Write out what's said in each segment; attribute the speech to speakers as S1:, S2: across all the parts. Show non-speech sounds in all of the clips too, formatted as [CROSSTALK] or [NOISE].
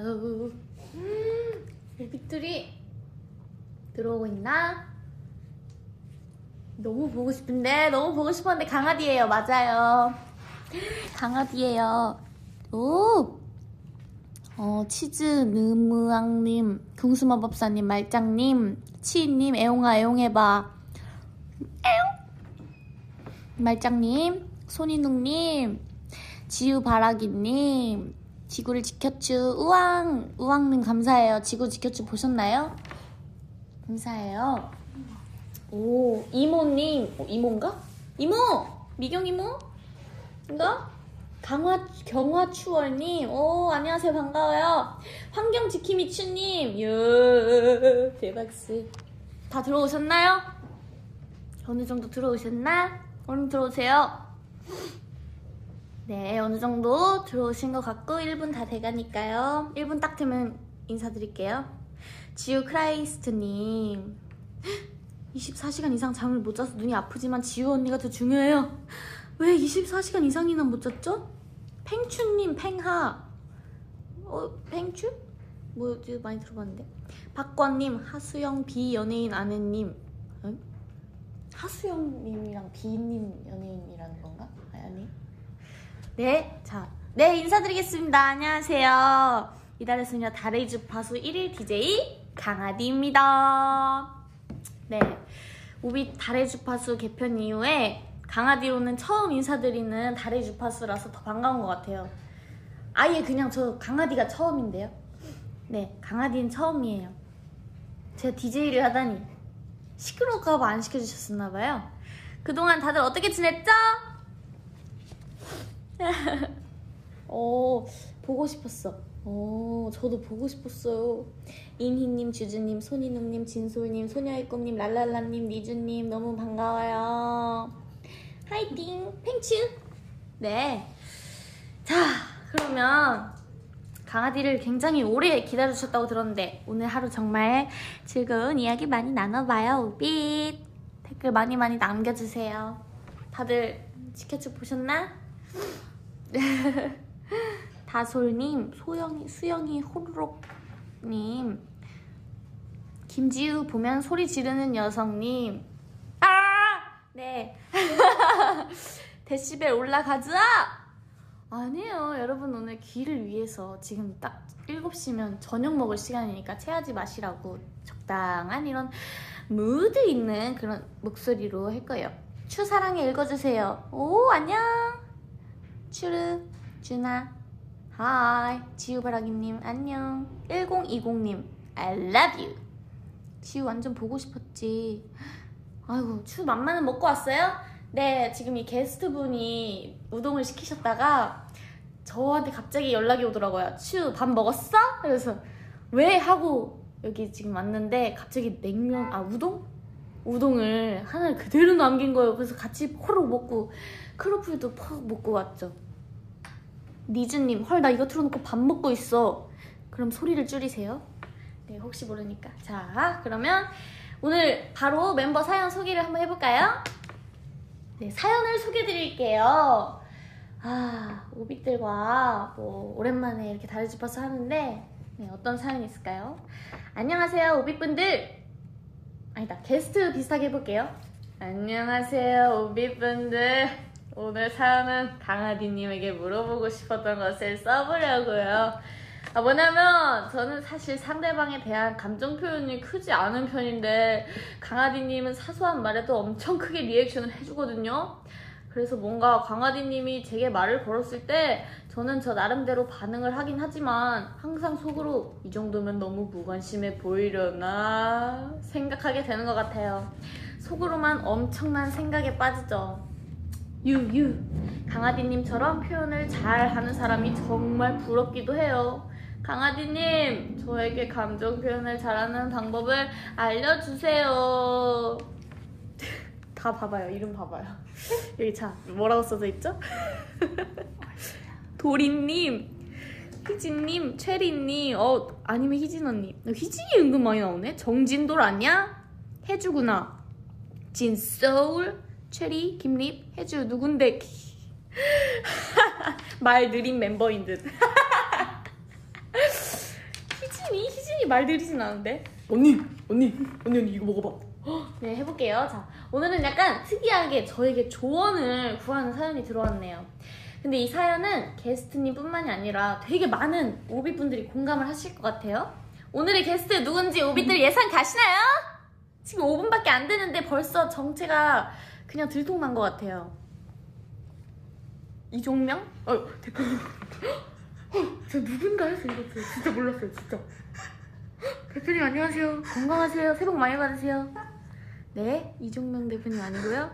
S1: 아우. 음, 고깃들이 들어오고 있나? 너무 보고 싶은데 너무 보고 싶었는데 강아지예요 맞아요 강아지예요 오 어, 치즈 느무앙님 궁수마법사님 말짱님 치인님 애용아 애용해봐 애용 말짱님 손인웅님 지우바라기님 지구를 지켰쥬 우왕 우왕님 감사해요 지구 지켰쥬 보셨나요? 감사해요 오 이모님 어, 이모인가? 이모 미경 이모인가? 강화 경화 추월님 오 안녕하세요 반가워요 환경 지킴이 추님 요 대박스 다 들어오셨나요? 어느 정도 들어오셨나? 얼른 들어오세요. 네, 어느 정도 들어오신 것 같고 1분 다 돼가니까요. 1분 딱 되면 인사드릴게요. 지우 크라이스트님 24시간 이상 잠을 못 자서 눈이 아프지만 지우 언니가 더 중요해요. 왜 24시간 이상이나 못 잤죠? 팽추님 팽하 어 팽추? 뭐지 많이 들어봤는데 박권님 하수영 비 연예인 아내님 응? 하수영님이랑 비님 연예인이라는 건가? 아니 네, 자, 네 인사드리겠습니다. 안녕하세요. 이달의 소녀 달의 주파수 1일 DJ 강아디입니다. 네, 우비 달의 주파수 개편 이후에 강아디로는 처음 인사드리는 달의 주파수라서 더 반가운 것 같아요. 아예 그냥 저 강아디가 처음인데요. 네, 강아디는 처음이에요. 제가 DJ를 하다니 시끄러울까봐 안 시켜주셨었나봐요. 그동안 다들 어떻게 지냈죠? 어, 보고 싶었어. 어, 저도 보고 싶었어요. 임희님, 주주님, 손인웅님, 진솔님, 소녀의 꿈님, 랄랄라님, 니주님, 너무 반가워요. 화이팅! 팽츠! 네. 자, 그러면 강아지를 굉장히 오래 기다려주셨다고 들었는데 오늘 하루 정말 즐거운 이야기 많이 나눠봐요, 우빛! 댓글 많이 많이 남겨주세요. 다들 지켜주 보셨나? 다솔님, 소영이, 수영이, 호루록님, 김지우 보면 소리 지르는 여성님, 아! 네. [LAUGHS] 데시벨 올라가자! 아니에요. 여러분, 오늘 귀를 위해서 지금 딱 7시면 저녁 먹을 시간이니까 체하지 마시라고 적당한 이런 무드 있는 그런 목소리로 할 거예요. 추사랑에 읽어주세요. 오, 안녕! 추르 준아 하이 지우바라기님 안녕 1020님 I love you 지우 완전 보고 싶었지 아이고 추 맘마는 먹고 왔어요? 네 지금 이 게스트분이 우동을 시키셨다가 저한테 갑자기 연락이 오더라고요 추 밥 먹었어? 그래서 왜? 하고 여기 지금 왔는데 갑자기 냉면 아 우동? 우동을 하나를 그대로 남긴 거예요 그래서 같이 호로 먹고 크로플도 퍽 먹고 왔죠. 니즈님, 헐, 나 이거 틀어놓고 밥 먹고 있어. 그럼 소리를 줄이세요. 네, 혹시 모르니까. 자, 그러면 오늘 바로 멤버 사연 소개를 한번 해볼까요? 네, 사연을 소개해드릴게요. 아, 오빛들과 뭐, 오랜만에 이렇게 다리 짚어서 하는데, 네, 어떤 사연이 있을까요? 안녕하세요, 오빛분들! 아니다, 게스트 비슷하게 해볼게요. 안녕하세요, 오비분들. 오늘 사연은 강아지님에게 물어보고 싶었던 것을 써보려고요. 아, 뭐냐면, 저는 사실 상대방에 대한 감정 표현이 크지 않은 편인데, 강아지님은 사소한 말에도 엄청 크게 리액션을 해주거든요. 그래서 뭔가 강아지님이 제게 말을 걸었을 때, 저는 저 나름대로 반응을 하긴 하지만, 항상 속으로, 이 정도면 너무 무관심해 보이려나, 생각하게 되는 것 같아요. 속으로만 엄청난 생각에 빠지죠. 유유 강아지님처럼 표현을 잘 하는 사람이 정말 부럽기도 해요. 강아지님 저에게 감정 표현을 잘하는 방법을 알려주세요. [LAUGHS] 다 봐봐요 이름 봐봐요. 여기 자 뭐라고 써져 [LAUGHS] 있죠? 도리님. 희진님, 최리님, 어 아니면 희진 언니. 너 희진이 은근 많이 나오네. 정진돌 아니야? 해주구나. 진서울, 체리, 김립, 해주 누군데 [LAUGHS] 키. 말 느린 멤버인 듯. [LAUGHS] 희진이 희진이 말 들리진 않은데.
S2: 언니 언니 언니 언니 이거 먹어봐
S1: 네 해볼게요. 자 오늘은 약간 특이하게 저에게 조언을 구하는 사연이 들어왔네요. 근데 이 사연은 게스트님뿐만이 아니라 되게 많은 오비 분들이 공감을 하실 것 같아요. 오늘의 게스트 누군지 오비들 예상 가시나요? 지금 5분밖에 안 되는데 벌써 정체가 그냥 들통난 것 같아요. 이종명? 어,
S2: 아 대표님 저 누군가요? 저 이거 저 진짜 몰랐어요 진짜 대표님 안녕하세요
S1: 건강하세요. 새복 많이 받으세요. 네, 이종명 대표님 아니고요.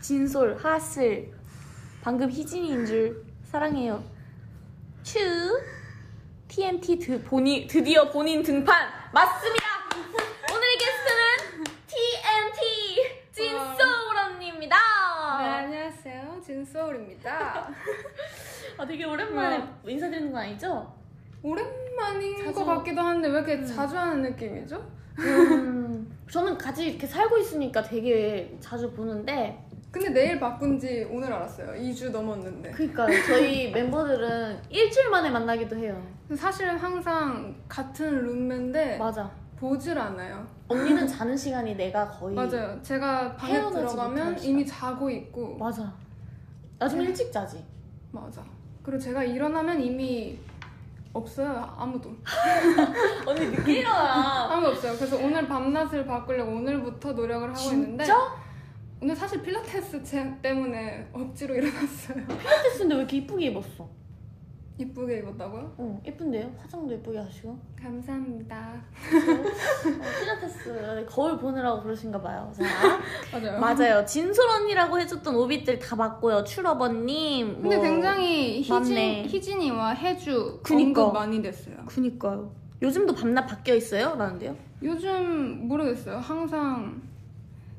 S1: 진솔, 하슬, 방금 희진이인 줄 사랑해요. 츄 TMT 드, 본이, 드디어 본인 등판 맞습니다. 오늘의 게스트는 TMT 진솔 언니입니다.
S3: 네, 안녕하세요. 진소울입니다.
S1: 아, 되게 오랜만에
S3: 어.
S1: 인사드리는 거 아니죠?
S3: 오랜만인
S1: 자주-
S3: 것 같기도 한데 왜 이렇게 자주 하는 느낌이죠?
S1: 음, [LAUGHS] 저는 같이 이렇게 살고 있으니까 되게 자주 보는데
S3: 근데 내일 바꾼 지 오늘 알았어요. 2주 넘었는데.
S1: 그러니까요.
S3: [LAUGHS]
S1: 저희 멤버들은 일주일 만에 만나기도 해요.
S3: 사실 항상 같은 룸메인데
S1: 맞아.
S3: 보질 않아요.
S1: 언니는 자는 시간이 내가 거의
S3: 맞아요. 제가 방에
S1: 음. 헤어나지 못하는
S3: 들어가면
S1: 시간.
S3: 이미 자고 있고.
S1: 맞아. 나좀
S3: 네.
S1: 일찍 자지.
S3: 맞아. 그리고 제가 일어나면 이미 없어요. 아무도.
S1: 언니 늦게 [LAUGHS] 일어나.
S3: 아무 없어요. 그래서 오늘 밤낮을 바꾸려고 오늘부터 노력을 하고 있는데
S1: 진짜?
S3: 오늘 사실 필라테스 제- 때문에 억지로 [LAUGHS] 일어났어요.
S1: 필라테스인데 왜 이렇게 이쁘게 입었어?
S3: 이쁘게 입었다고요?
S1: 응, 예쁜데요? 화장도 예쁘게
S3: [LAUGHS]
S1: 하시고.
S3: 감사합니다.
S1: 어, 필라테스 거울 보느라고 그러신가 봐요. 자,
S3: 맞아요.
S1: 맞아요. 진솔 언니라고 해줬던 오빛들 다 봤고요. 출러버님.
S3: 근데
S1: 뭐.
S3: 굉장히 희진,
S1: 맞네.
S3: 희진이와 혜주
S1: 그니까.
S3: 언급 많이 됐어요.
S1: 그니까요. 요즘도 밤낮 바뀌어 있어요? 라는데요?
S3: 네. 요즘 모르겠어요. 항상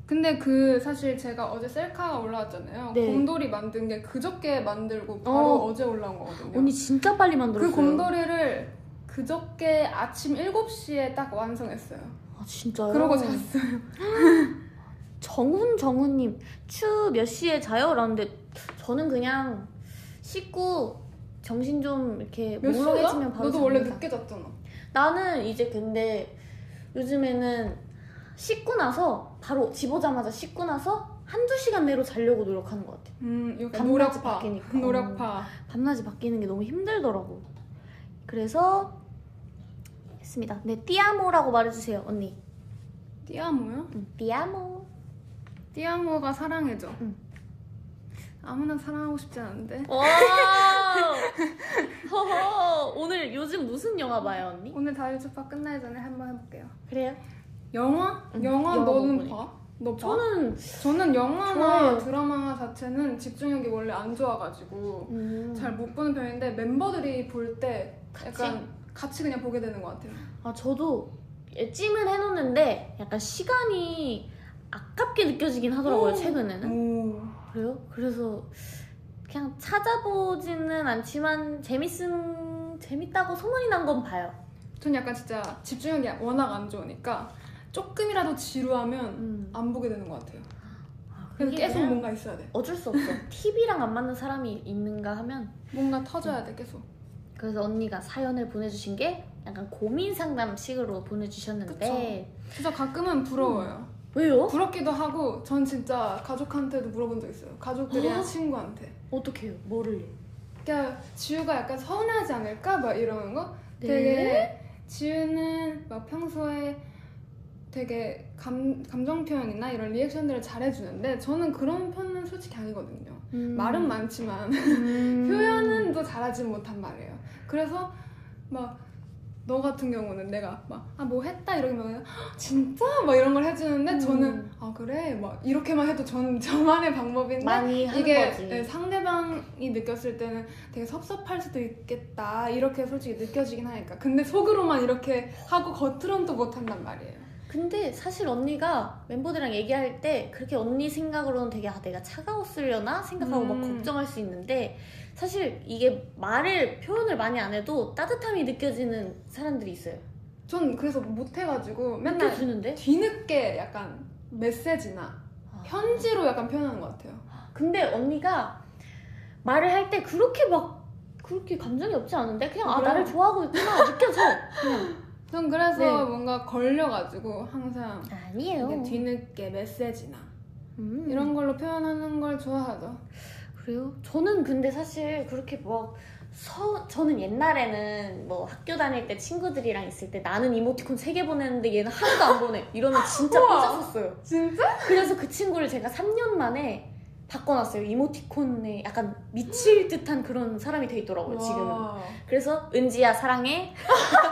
S3: 근데 그 사실 제가 어제 셀카가 올라왔잖아요.
S1: 네.
S3: 곰돌이 만든 게 그저께 만들고 바로
S1: 어.
S3: 어. 제 올라온 거거든요.
S1: 언니 진짜 빨리 만들었어요.
S3: 그 곰돌이를 그저께 아침 7시에 딱 완성했어요.
S1: 아, 진짜요?
S3: 그러고 잤어요.
S1: 정훈 정훈님 추 몇 시에 자요? 라는데 저는 그냥 씻고 정신 좀 이렇게
S3: 몇 시야?
S1: 몽롱해지면 바로
S3: 너도 원래
S1: 잡니다.
S3: 늦게 잤잖아.
S1: 나는 이제 근데 요즘에는 씻고 나서 바로 집 오자마자 씻고 나서 한두 시간 내로 자려고 노력하는 것 같아요
S3: 음, 이렇게
S1: 밤낮이
S3: 노력파.
S1: 바뀌니까.
S3: 노력파.
S1: 밤낮이 바뀌는 게 너무 힘들더라고 그래서 했습니다 네 띠아모라고 말해주세요 언니
S3: 띠아모요?
S1: 음, 띠아모
S3: 띠아모가 사랑해줘.
S1: 응.
S3: 아무나 사랑하고 싶지 않은데.
S1: [LAUGHS] 와 허허. 오늘 요즘 무슨 영화 봐요 언니?
S3: 오늘 다이어트 파 끝나기 전에 한번 해볼게요.
S1: 그래요?
S3: 영화?
S1: 응,
S3: 영화
S1: 영화
S3: 너는
S1: 보고
S3: 봐? 너 봐? 저는,
S1: 저는
S3: 영화나
S1: 좋아해요.
S3: 드라마 자체는 집중력이 원래 안 좋아가지고
S1: 음.
S3: 잘 못 보는 편인데 멤버들이 볼 때
S1: 같이?
S3: 약간 같이 그냥 보게 되는 것 같아요.
S1: 아 저도 예, 찜은 해놓는데 약간 시간이 아깝게 느껴지긴 하더라고요
S3: 오.
S1: 최근에는
S3: 오.
S1: 그래요? 그래서 그냥 찾아보지는 않지만 재밌은 재밌다고 소문이 난 건 봐요.
S3: 전 약간 진짜 집중력이 워낙 안 좋으니까 조금이라도 지루하면
S1: 음.
S3: 안 보게 되는 것 같아요.
S1: 아,
S3: 그래서
S1: 그게
S3: 계속
S1: 그냥
S3: 뭔가 있어야 돼.
S1: 어쩔 수
S3: [LAUGHS]
S1: 없어. TV랑 안 맞는 사람이 있는가 하면
S3: 뭔가 터져야 돼 계속.
S1: 그래서 언니가 사연을 보내주신 게 약간 고민 상담식으로 보내주셨는데
S3: 그래서 가끔은 부러워요.
S1: 왜요?
S3: 부럽기도 하고 전 진짜 가족한테도 물어본 적 있어요 가족들이나 친구한테
S1: 어떻게 해요? 뭐를?
S3: 그러니까 지우가 약간 서운하지 않을까 막 이러는 거
S1: 네.
S3: 되게 지우는 막 평소에 되게 감, 감정 표현이나 이런 리액션들을 잘 해주는데 저는 그런 편은 솔직히 아니거든요
S1: 음.
S3: 말은 많지만
S1: 음.
S3: 표현은 또 잘하지 못한 말이에요 그래서 막 너 같은 경우는 내가 막 아 뭐 했다 이러면 "헉, 진짜 막 이런 걸 해주는데
S1: 음.
S3: 저는 아 그래 막 이렇게만 해도 저는 [LAUGHS] 저만의 방법인데
S1: 많이 하는
S3: 이게
S1: 거지.
S3: 네, 상대방이 느꼈을 때는 되게 섭섭할 수도 있겠다 이렇게 솔직히 느껴지긴 하니까 근데 속으로만 이렇게 하고 겉으론 또 못한단 말이에요
S1: 근데 사실 언니가 멤버들이랑 얘기할 때 그렇게 언니 생각으로는 되게 아 내가 차가웠으려나 생각하고 막
S3: 음.
S1: 걱정할 수 있는데 사실 이게 말을 표현을 많이 안 해도 따뜻함이 느껴지는 사람들이 있어요.
S3: 전 그래서 못해가지고 맨날
S1: 느껴지는데?
S3: 뒤늦게 약간 메시지나
S1: 아.
S3: 편지로 약간 표현하는 것 같아요
S1: 근데 언니가 말을 할 때 그렇게 막 그렇게 감정이 없지 않은데 그냥 아
S3: 그래요?
S1: 나를 좋아하고 있구나 느껴져. 그냥
S3: 전 그래서
S1: 네.
S3: 뭔가 걸려가지고 항상
S1: [LAUGHS] 아니에요.
S3: 이게 뒤늦게 메시지나
S1: 어. 음.
S3: 이런 걸로 표현하는 걸 좋아하죠.
S1: 그래요? 저는 근데 사실 그렇게 막 서, 저는 옛날에는 뭐 학교 다닐 때 친구들이랑 있을 때 나는 이모티콘 세 개 보냈는데 얘는 하나도 안 보내. 이러면 진짜
S3: 우와.
S1: 삐졌었어요.
S3: 진짜?
S1: 그래서 그 친구를 제가 3년 만에 바꿔놨어요. 이모티콘에 약간 미칠 듯한 그런 사람이 돼 있더라고요, 지금은.
S3: 와.
S1: 그래서 은지야 사랑해.
S3: [LAUGHS]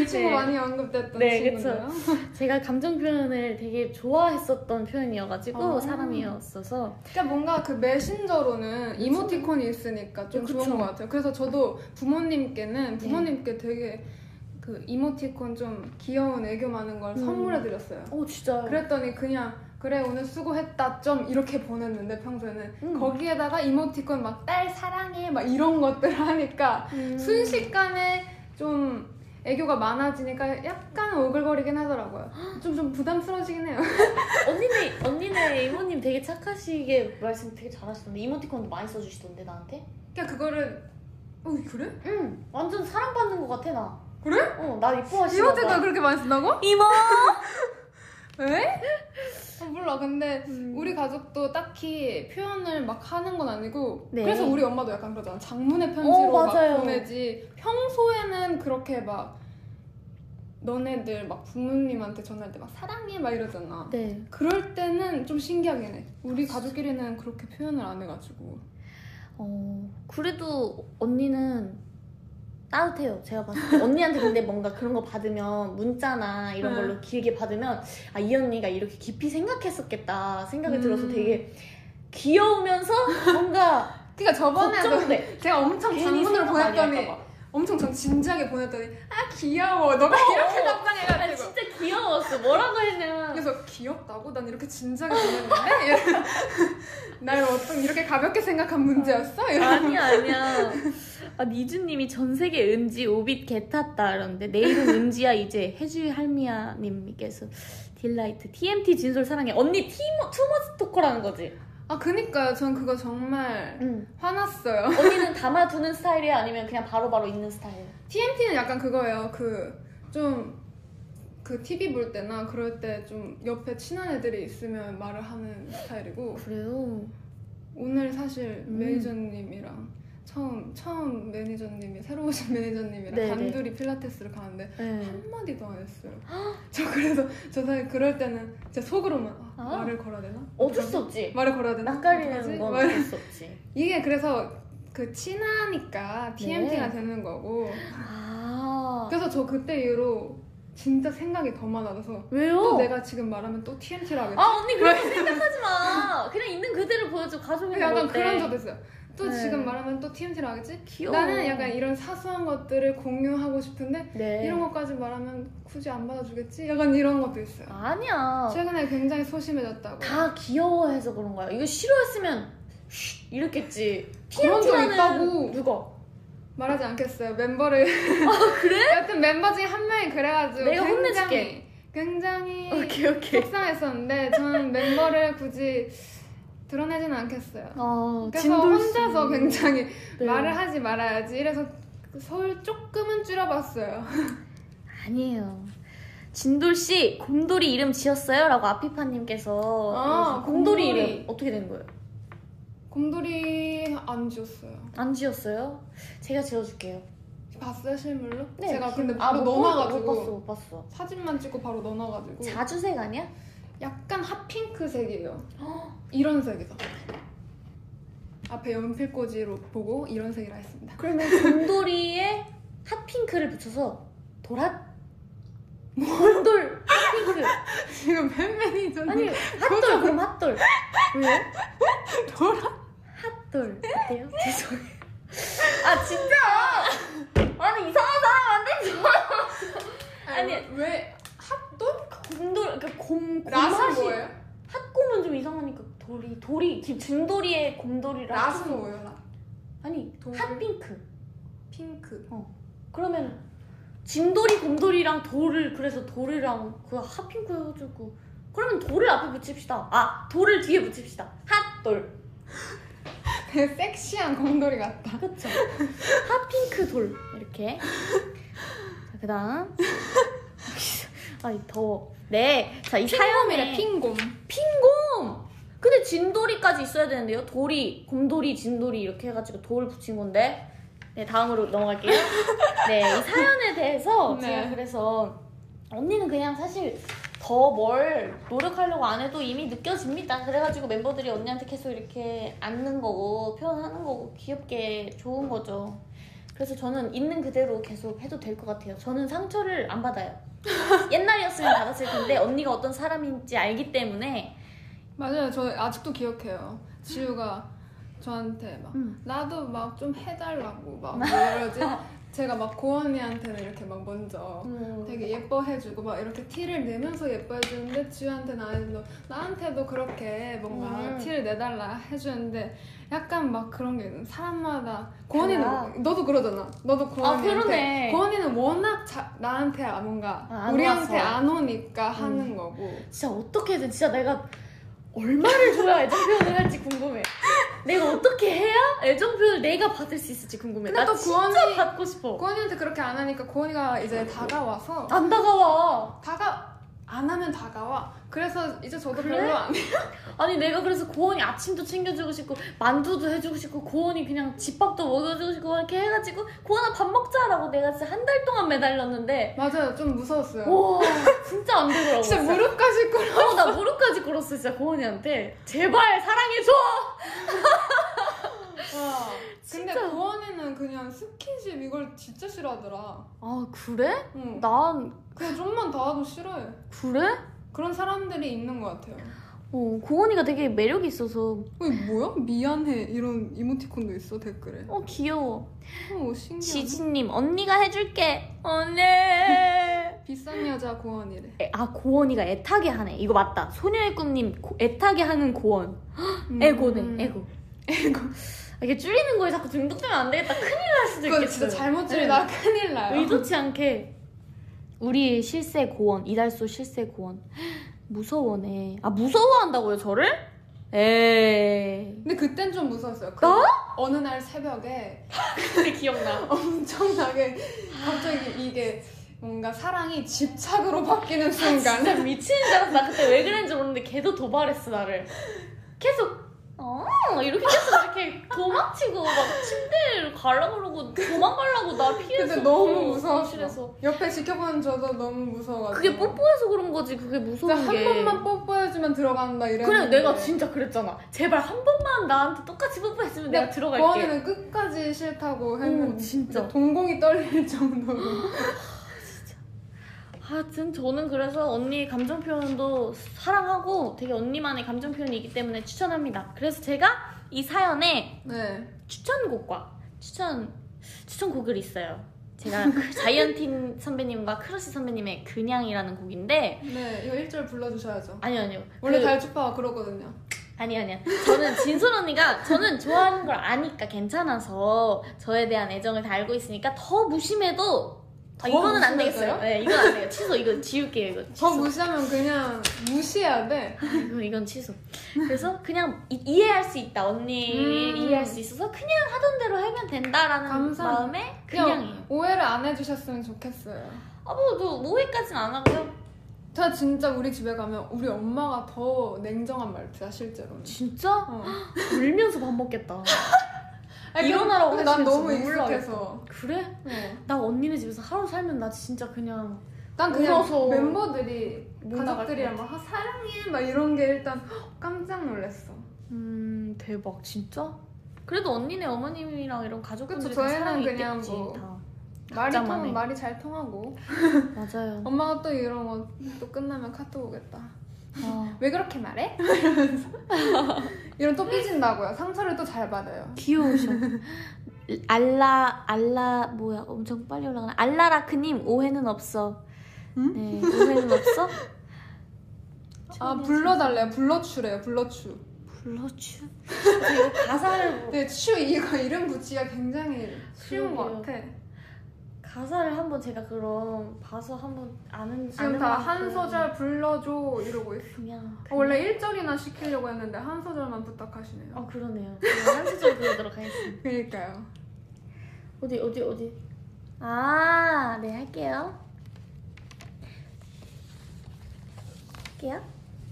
S3: 이 친구
S1: 네.
S3: 많이 언급됐던
S1: 네,
S3: 친구인데요.
S1: 제가 감정 표현을 되게 좋아했었던 표현이어가지고
S3: 아.
S1: 사람이었어서
S3: 그러니까 뭔가 그 메신저로는 이모티콘이 있으니까 좀
S1: 그쵸. 네.
S3: 좋은 것 같아요. 그래서 저도 부모님께는 부모님께 되게 그 이모티콘 좀 귀여운 애교 많은 걸
S1: 음.
S3: 선물해 드렸어요.
S1: 어 진짜
S3: 그랬더니 그냥 그래 오늘 수고했다 점 이렇게 보냈는데 평소에는
S1: 음.
S3: 거기에다가 이모티콘 막 딸 사랑해 막 이런 것들 하니까
S1: 음.
S3: 순식간에 좀 애교가 많아지니까 약간 오글거리긴 하더라고요. 좀 좀 부담스러워지긴 해요. [LAUGHS]
S1: 언니네 언니네 이모님 되게 착하시게 말씀 되게 잘하시던데 이모티콘도 많이 써주시던데 나한테
S3: 그러니까 그거를 어 그래?
S1: 응 완전 사랑받는 것 같아 나
S3: 그래?
S1: 어나
S3: 아,
S1: 이뻐하시나
S3: 이모티콘
S1: 봐.
S3: 그렇게 많이 쓴다고?
S1: 이모
S3: 왜? 어, 몰라 근데
S1: 음.
S3: 우리 가족도 딱히 표현을 막 하는 건 아니고
S1: 네.
S3: 그래서 우리 엄마도 약간 그러잖아 장문의 편지로
S1: 어, 맞아요.
S3: 막 보내지 평소에는 그렇게 막 너네들 막 부모님한테 전화할 때 막 사랑해 막 이러잖아
S1: 네
S3: 그럴 때는 좀 신기하긴 해 우리 가족끼리는 그렇게 표현을 안 해가지고
S1: 어, 그래도 언니는 따뜻해요. 제가 봤을 때 언니한테 근데 뭔가 그런 거 받으면 문자나 이런
S3: 네.
S1: 걸로 길게 받으면 아 이 언니가 이렇게 깊이 생각했었겠다 생각이
S3: 음.
S1: 들어서 되게 귀여우면서 뭔가
S3: 그러니까 저번에도
S1: 걱정돼.
S3: 제가 엄청
S1: 괜히
S3: 장문으로
S1: 생각 많이
S3: 보냈더니
S1: 할까 봐.
S3: 엄청 전 진지하게 보냈더니 아 귀여워 너가
S1: 어,
S3: 이렇게
S1: 아
S3: 답장해가지고
S1: 진짜 귀여웠어. 뭐라고 했냐면
S3: 그래서 귀엽다고? 난 이렇게 진지하게 보냈는데? [LAUGHS] 날 어떤 이렇게 가볍게 생각한 문제였어? 이런
S1: 아니야 아니야. 아 니주님이 전 세계 은지 오빛 개 탔다 이러는데 내일은 은지야 이제 해주 할미야님께서 딜라이트 TMT 진솔 사랑해 언니 티모 투머치 토커라는 거지.
S3: 아 그니까요 전 그거 정말
S1: 응.
S3: 화났어요
S1: 언니는 담아두는 스타일이야 아니면 그냥 바로바로 있는 스타일이야?
S3: TMT는 약간 그거예요 그 좀 그 TV 볼 때나 그럴 때 좀 옆에 친한 애들이 있으면 말을 하는 스타일이고
S1: 그래요.
S3: 오늘 사실
S1: 음.
S3: 매니저님이랑 처음 처음 [LAUGHS] 매니저님이 새로 오신 매니저님이랑
S1: 네네.
S3: 단둘이 필라테스를 가는데
S1: 네.
S3: 한마디도 안 했어요. 저 그래서 저 사실 그럴 때는 제 속으로만 아,
S1: 아.
S3: 말을 걸어야 되나?
S1: 어쩔
S3: 어떡하지?
S1: 수 없지.
S3: 말을 걸어야 되나? 어떡하지?
S1: 낯가리는 건
S3: 말-
S1: 어쩔 수 없지.
S3: 이게 그래서 그 친하니까 TMT가
S1: 네.
S3: 되는 거고
S1: 아
S3: 그래서 저 그때 이후로 진짜 생각이 더 많아져서 또
S1: 왜요?
S3: 내가 지금 말하면 또 TMT를 하겠지?
S1: 어. 아 언니 그렇게 생각하지 마. 그냥 있는 그대로 보여줘 가족이
S3: 약간
S1: 먹을 때.
S3: 그런 적도 있어요. 또
S1: 네.
S3: 지금 말하면 또 TMT를 하겠지?
S1: 귀여워.
S3: 나는 약간 이런 사소한 것들을 공유하고 싶은데
S1: 네.
S3: 이런 것까지 말하면 굳이 안 받아주겠지? 약간 이런 것도 있어요.
S1: 아니야.
S3: 최근에 굉장히 소심해졌다고.
S1: 다 귀여워해서 그런 거야. 이거 싫어했으면 쉿 이랬겠지.
S3: 그런 적
S1: TNT라는
S3: 있다고.
S1: 누가?
S3: 말하지 않겠어요. 멤버를. 그래? [LAUGHS] 여튼 멤버 중에 한 명이 그래가지고.
S1: 아, 내가
S3: 굉장히,
S1: 혼내줄게.
S3: 굉장히
S1: 오케이 오케이.
S3: 속상했었는데, 저는 멤버를 굳이 드러내지는 않겠어요.
S1: 아
S3: 그래서 혼자서 굉장히
S1: [LAUGHS] 네.
S3: 말을 하지 말아야지. 이래서 서울 조금은 줄여봤어요.
S1: 아니에요. 진돌 씨 곰돌이 이름 지었어요라고 아피파님께서
S3: 아,
S1: 그래서 곰돌이,
S3: 곰돌이.
S1: 이름 어떻게 된 거예요?
S3: 곰돌이 안 지웠어요.
S1: 안 지었어요? 제가 지어줄게요.
S3: 봤어요, 실물로? 제가 근데
S1: 아, 못 봤어,
S3: 바로 넣어놔가지고.
S1: 못 봤어, 못 봤어.
S3: 사진만 찍고 바로
S1: 그
S3: 넣어놔가지고.
S1: 자주색 아니야?
S3: 약간 핫핑크색이에요. 이런 색이다. 앞에 연필꽂이로 보고 이런 색이라 했습니다.
S1: 그러면 곰돌이에 핫핑크를 붙여서 도라 곰돌 핫핑크
S3: [LAUGHS] 지금 팬맨이 전
S1: 아니 핫돌 그럼 핫돌 왜?
S3: 돌아.
S1: 핫돌 어때요? [LAUGHS] 죄송해요. 아 진짜 아니 이상한 사람 안 되죠? 아니.
S3: 왜 핫돌?
S1: 곰돌 그곰
S3: 라스
S1: 곰하시-
S3: 뭐예요?
S1: 핫곰은 좀 이상하니까 돌이 돌이 지금 중돌이의 곰돌이랑
S3: 라스 뭐예요? 라
S1: 아니
S3: 돌.
S1: 핫핑크
S3: 핑크. [LAUGHS]
S1: 그러면 진돌이 곰돌이랑 돌을 그래서 돌이랑 그 핫핑크 해가지고 그러면 돌을 앞에 붙입시다 아 돌을 뒤에 붙입시다 핫돌
S3: 되게 섹시한 곰돌이 같다.
S1: 그쵸 핫핑크 돌 이렇게 자, 그 다음. 아이, 더워. 네. 자, 이 사연에.
S3: 핑곰이래 핑곰
S1: 핑곰! 근데 진돌이까지 있어야 되는데요. 돌이, 곰돌이, 진돌이 이렇게 해가지고 돌을 붙인 건데. 네, 다음으로 넘어갈게요. 네, 이 사연에 대해서
S3: 네.
S1: 제가 그래서 언니는 그냥 사실 더 뭘 노력하려고 안 해도 이미 느껴집니다. 그래가지고 멤버들이 언니한테 계속 이렇게 앉는 거고 표현하는 거고 귀엽게 좋은 거죠. 그래서 저는 있는 그대로 계속 해도 될 것 같아요. 저는 상처를 안 받아요. 옛날이었으면 받았을 텐데 언니가 어떤 사람인지 알기 때문에
S3: 맞아요 저 아직도 기억해요 지우가 저한테 막
S1: 음.
S3: 나도 막 좀 해달라고
S1: [LAUGHS]
S3: 막 뭐라지 제가 막 고언니한테는 이렇게 막 먼저 되게 예뻐해주고 막 이렇게 티를 내면서 예뻐해주는데 지우한테 나한테도 나한테도 그렇게 뭔가
S1: 음.
S3: 티를 내달라 해주는데 약간 막 그런 게 있는 사람마다 고언이는
S1: 달라.
S3: 너도 그러잖아 너도 고언이한테
S1: 그러네.
S3: 고언이는 워낙 자- 나한테 안 뭔가
S1: 아, 안
S3: 우리한테
S1: 와서. 음.
S3: 안 오니까 하는 거고
S1: 진짜 어떻게든 진짜 내가 얼마를 줘야 애정 표현을 할지 궁금해. 내가 어떻게 해야 애정 표현을 내가 받을 수 있을지 궁금해.
S3: 근데
S1: 나
S3: 또
S1: 진짜
S3: 구원이-
S1: 받고 싶어.
S3: 고언이한테 그렇게 안 하니까 고언이가 이제 다가와서
S1: 안 다가와.
S3: 다가 안 하면 다가와 그래서 이제 저도
S1: 그래?
S3: 별로 안 해.
S1: 아니 내가 그래서 고원이 아침도 챙겨주고 싶고 만두도 해주고 싶고 고원이 그냥 집밥도 먹여주고 싶고 이렇게 해가지고 고원아 밥 먹자라고 내가 진짜 한 달 동안 매달렸는데
S3: 맞아요 좀 무서웠어요
S1: 와 진짜 안 되더라고.
S3: 진짜 무릎까지 꿇어
S1: 어, 나 무릎까지 꿇었어 진짜 고원이한테 제발 사랑해줘.
S3: 와, 근데
S1: [LAUGHS] 진짜.
S3: 고원이는 그냥 스킨십 이걸 진짜 싫어하더라.
S1: 아 그래?
S3: 응.
S1: 난
S3: 그냥 좀만 더 하도 싫어해.
S1: 그래?
S3: 그런 사람들이 있는 것 같아요.
S1: 어, 고은이가 되게 매력이 있어서
S3: 어, 이 뭐야? 미안해. 이런 이모티콘도 있어, 댓글에.
S1: 어 귀여워
S3: 어, 신기하네.
S1: 지진님 언니가 해줄게
S3: [LAUGHS]
S1: 언니
S3: 비싼 여자 고원이래.
S1: 에, 아 고은이가 애타게 하네 이거 맞다 소녀의 꿈님 고- 애타게 하는 고원
S3: 음.
S1: 에고네 에고 에고 아, 이게 줄이는 거에 자꾸 중독되면 안 되겠다 큰일 날 수도
S3: 그거
S1: 있겠어
S3: 진짜 잘못 줄이다 큰일 나요.
S1: 네. 의도치 않게 우리 실세 고원 이달소 실세 고원 [GASPS] 무서워네 아 무서워한다고요 저를?
S3: [LAUGHS]
S1: 에이
S3: 근데 그땐 좀 무서웠어요. 그
S1: 나?
S3: 어느 날 새벽에 [LAUGHS]
S1: 근데 기억나
S3: 엄청나게 갑자기 이게 뭔가 사랑이 집착으로 바뀌는 [LAUGHS] 순간.
S1: 아, 진짜 미치는 줄 알았어. 나 그때 왜 그랬는지 모르는데 걔도 도발했어 나를. 계속 어 이렇게 계속 이렇게 도망치고 막 침대를 가려고 그러고 도망가려고 나 피해서. 그
S3: 근데 너무 무서웠어.
S1: 거실에서.
S3: 옆에 지켜보는 저도 너무 무서워가지고.
S1: 그게 뽀뽀해서 그런 거지 그게
S3: 진짜
S1: 무서운
S3: 한
S1: 게.
S3: 번만 뽀뽀해주면 들어간다 이랬는데
S1: 그래 내가 진짜 그랬잖아. 제발 한 번만 나한테 똑같이 뽀뽀했으면 내가 들어갈게. 음.
S3: 고원이는 끝까지 싫다고 했는데
S1: 오, 진짜.
S3: 동공이 떨릴 정도로 [LAUGHS]
S1: 하여튼 저는 그래서 언니의 감정 표현도 사랑하고 되게 언니만의 감정 표현이기 때문에 추천합니다. 그래서 제가 이 사연에
S3: 네
S1: 추천곡과 추천 추천곡을 있어요. 제가
S3: [LAUGHS]
S1: 그 자이언틴 선배님과 크러쉬 선배님의 그냥이라는 곡인데
S3: 네, 이거 1절 불러주셔야죠
S1: 아니요 아니요
S3: 원래
S1: 그-
S3: 달주파가 그러거든요
S1: 아니 아니요 저는 진솔 언니가 저는 좋아하는 걸 아니까 괜찮아서 저에 대한 애정을 다 알고 있으니까 더 무심해도 아,
S3: 더
S1: 이거는 안
S3: 무심해서요?
S1: 되겠어요. 네 이건 안 돼요. 취소 이거 지울게요 이거.
S3: 저
S1: 취소. 어,
S3: 무시하면 그냥 무시해야 돼
S1: 이건, 이건 취소. 그래서 그냥 이, 해할수 있다 언니를
S3: 음.
S1: 이해할 수 있어서 그냥 하던 대로 하면 된다라는
S3: 감사합니다.
S1: 마음에
S3: 그냥
S1: 그냥이에요.
S3: 오해를 안 해주셨으면 좋겠어요
S1: 아뭐저 모의까진 안 하고요.
S3: 저 진짜 우리 집에 가면 우리 엄마가 더 냉정한 말투야 실제로는
S1: 진짜
S3: 어.
S1: 울면서 밥 먹겠다.
S3: 아니,
S1: 일어나라고
S3: 근데 난
S1: 하시면
S3: 너무
S1: 진짜 눈물
S3: 익숙해서
S1: 그래?
S3: 어.
S1: 나 언니네 집에서 하루 살면 나 진짜 그냥
S3: 난 그냥
S1: 울어서
S3: 멤버들이
S1: 못
S3: 가족들이랑 막 아, 사랑해 막 이런 게 일단 헉, 깜짝 놀랐어.
S1: 음 대박 진짜. 그래도 언니네 어머님이랑 이런 가족분들이
S3: 그쵸,
S1: 다
S3: 저희는
S1: 사랑이
S3: 그냥
S1: 있겠지
S3: 뭐.
S1: 다.
S3: 말이
S1: 각자만의.
S3: 통 말이 잘 통하고 뭐.
S1: 맞아요.
S3: 엄마가 또 이런 거 또 끝나면 카톡 오겠다.
S1: 아,
S3: 왜 그렇게 말해? [LAUGHS] 이런 또 삐진다고요. 상처를 또 잘 받아요.
S1: 귀여우셔. 알라 알라 뭐야 엄청 빨리 올라가네. 알라라크님 오해는 없어.
S3: 응?
S1: 네 오해는 없어.
S3: 아 불러달래요. 불러추래요. 불러추.
S1: 불러주. 이거 가사를
S3: 근데 추 이거 이름 붙이기가 굉장히 쉬운 것
S1: 그러게요.
S3: 같아.
S1: 가사를 한번 제가 그럼 봐서 한번 아는
S3: 지금
S1: 아는
S3: 다
S1: 만큼
S3: 한 소절 불러줘 이러고 있어.
S1: 그냥, 그냥-
S3: 원래 1절이나 시키려고 했는데 한 소절만 부탁하시네요.
S1: 아 그러네요 그냥 한 소절 부르도록 하겠습니다
S3: 그러니까요.
S1: 어디 어디 어디 아, 네, 할게요. 할게요.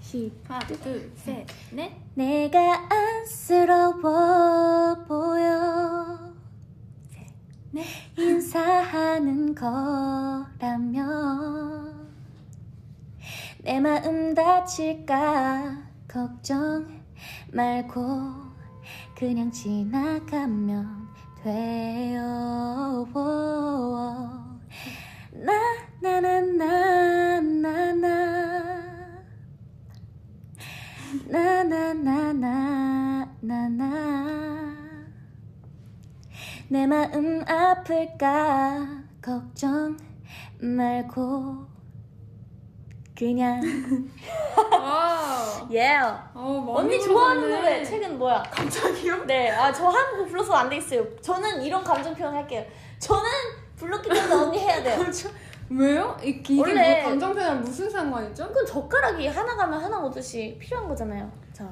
S1: 시작. 둘, 셋, 넷. 내가 안쓰러워 보여. 네.
S4: 네.
S1: 인사하는 거라며. 내 마음 다칠까 걱정 말고 그냥 지나가면 돼요. 나나나나나나 나나나나나나 내 마음 아플까 걱정 말고 그냥
S3: 와.
S1: 예
S3: 어, 많이
S1: 언니 좋아하는
S3: 부르네.
S1: 노래 최근 뭐야? 감정이요? 네, 아 저 한국 불러서 안 되겠어요. 저는 이런 감정 표현 할게요. 저는 불렀기 때문에 언니 해야 돼요.
S3: [LAUGHS] 왜요? 이- 이게
S1: 원래-
S3: 뭐 감정 표현 무슨 상관이죠?
S1: 그건 젓가락이 하나 가면 하나 오듯이 필요한 거잖아요. 자,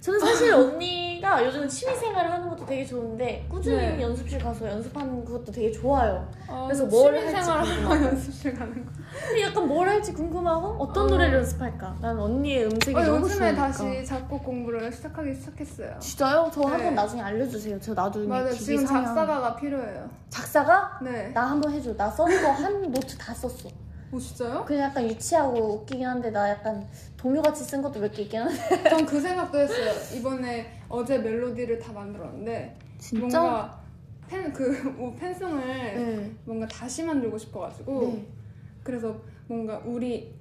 S1: 저는 [LAUGHS] 사실 언니가 요즘 취미 생활을 하는 것도 되게 좋은데 꾸준히
S3: 네.
S1: 연습실 가서 연습하는 것도 되게 좋아요.
S3: 어,
S1: 그래서 뭘 할지
S3: 취미생활 하러
S1: 궁금하다.
S3: 연습실 가는 거.
S1: 근데 약간 뭘 할지 궁금하고 어떤
S3: 어.
S1: 노래를 연습할까? 난 언니의 음색이
S3: 어,
S1: 너무
S3: 요즘에
S1: 좋으니까.
S3: 다시 작곡 공부를 시작하기 시작했어요.
S1: 진짜요? 저 한번
S3: 네.
S1: 나중에 알려주세요. 저 나중에
S3: 맞아요.
S1: 기기
S3: 지금
S1: 사면.
S3: 작사가가 필요해요.
S1: 작사가?
S3: 네.
S1: 나 한번 해줘. 나 써는 거 한 노트 다 썼어.
S3: 오 진짜요?
S1: 그냥 약간 유치하고 웃기긴 한데 나 약간 동료같이 쓴 것도 몇 개 있긴 한데
S3: 전 그 생각도 했어요. 이번에 어제 멜로디를 다 만들었는데 뭔가 팬그 팬송을
S1: 네.
S3: 뭔가 다시 만들고 싶어가지고
S1: 네.
S3: 그래서 뭔가 우리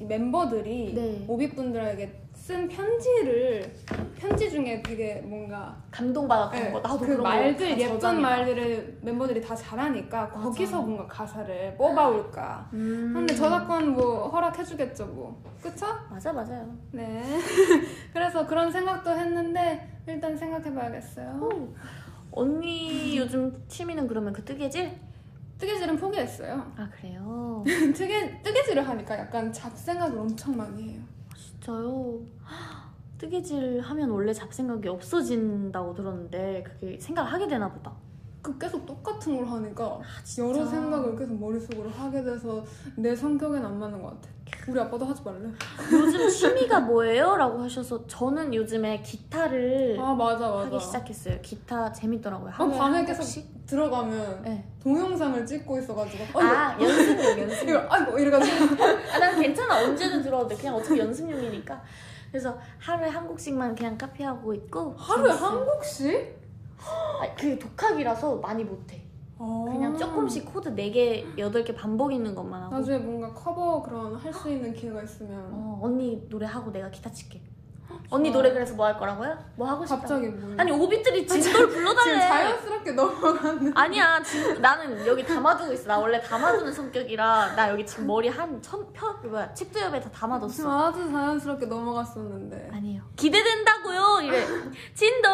S3: 이 멤버들이
S1: 네.
S3: 오비분들에게 쓴 편지를 편지 중에 되게 뭔가
S1: 감동받았던
S3: 예,
S1: 거 나도
S3: 그
S1: 아, 네. 그런
S3: 말들
S1: 거
S3: 예쁜 말들을 멤버들이 다 잘하니까
S1: 맞아.
S3: 거기서 뭔가 가사를 뽑아올까
S1: 음.
S3: 근데 저작권 뭐 허락해주겠죠 뭐 그쵸?
S1: 맞아 맞아요.
S3: 네 [LAUGHS] 그래서 그런 생각도 했는데 일단 생각해봐야겠어요
S1: 오. 언니 요즘 취미는 그러면 그 뜨개질?
S3: 뜨개질은 포기했어요 [LAUGHS]
S1: 아 그래요.
S3: 뜨개, 뜨개질을 하니까 약간 잡생각을 엄청 많이 해요
S1: 진짜요? [GASPS] 뜨개질 하면 원래 잡생각이 없어진다고 들었는데 그게 생각을 하게 되나 보다.
S3: 그 계속 똑같은 걸 하니까
S1: 아, 진짜?
S3: 여러 생각을 계속 머릿속으로 하게 돼서 내 성격엔 안 맞는 것 같아. 우리 아빠도 하지 말래.
S1: 요즘 취미가 뭐예요? 라고 하셔서 저는 요즘에 기타를
S3: 아 맞아 맞아.
S1: 네. 하기 시작했어요. 기타 재밌더라고요.
S3: 어,
S1: 하루에
S3: 밤에
S1: 한
S3: 계속
S1: 곡씩?
S3: 들어가면
S1: 네.
S3: 동영상을 찍고 있어가지고. 아,
S1: [LAUGHS] 아 연습용
S3: 이거 이거
S1: 연습용.
S3: 아이고
S1: [LAUGHS]
S3: 이래가지고.
S1: 아, 난 괜찮아 언제든 들어도 돼. 그냥 어차피 연습용이니까. 그래서 하루에 한 곡씩만 그냥 카피하고 있고.
S3: 하루에
S1: 재밌어요.
S3: 한 곡씩?
S1: 아, 그 독학이라서 많이 못해.
S3: 아.
S1: 그냥 조금씩 코드 4개, 8개 반복 있는 것만 하고.
S3: 나중에 뭔가 커버 그런 할 수 있는 기회가 있으면.
S1: 어, 언니 노래하고 내가 기타 칠게. 언니
S3: 좋아.
S1: 노래 그래서 뭐 할 거라고요? 뭐 하고 싶다.
S3: 갑자기 뭘?
S1: 아니 오빛들이 진돌
S3: 지금
S1: 불러달래.
S3: 자연스럽게 넘어가는.
S1: 아니야 지금 나는 여기 담아두고 있어. 나 원래 담아두는 성격이라 나 여기 지금 머리 한천편 뭐야 칩두엽에 다 담아뒀어.
S3: 지금 아주 자연스럽게 넘어갔었는데.
S1: 아니에요. 기대된다고요. 이래. 진돌,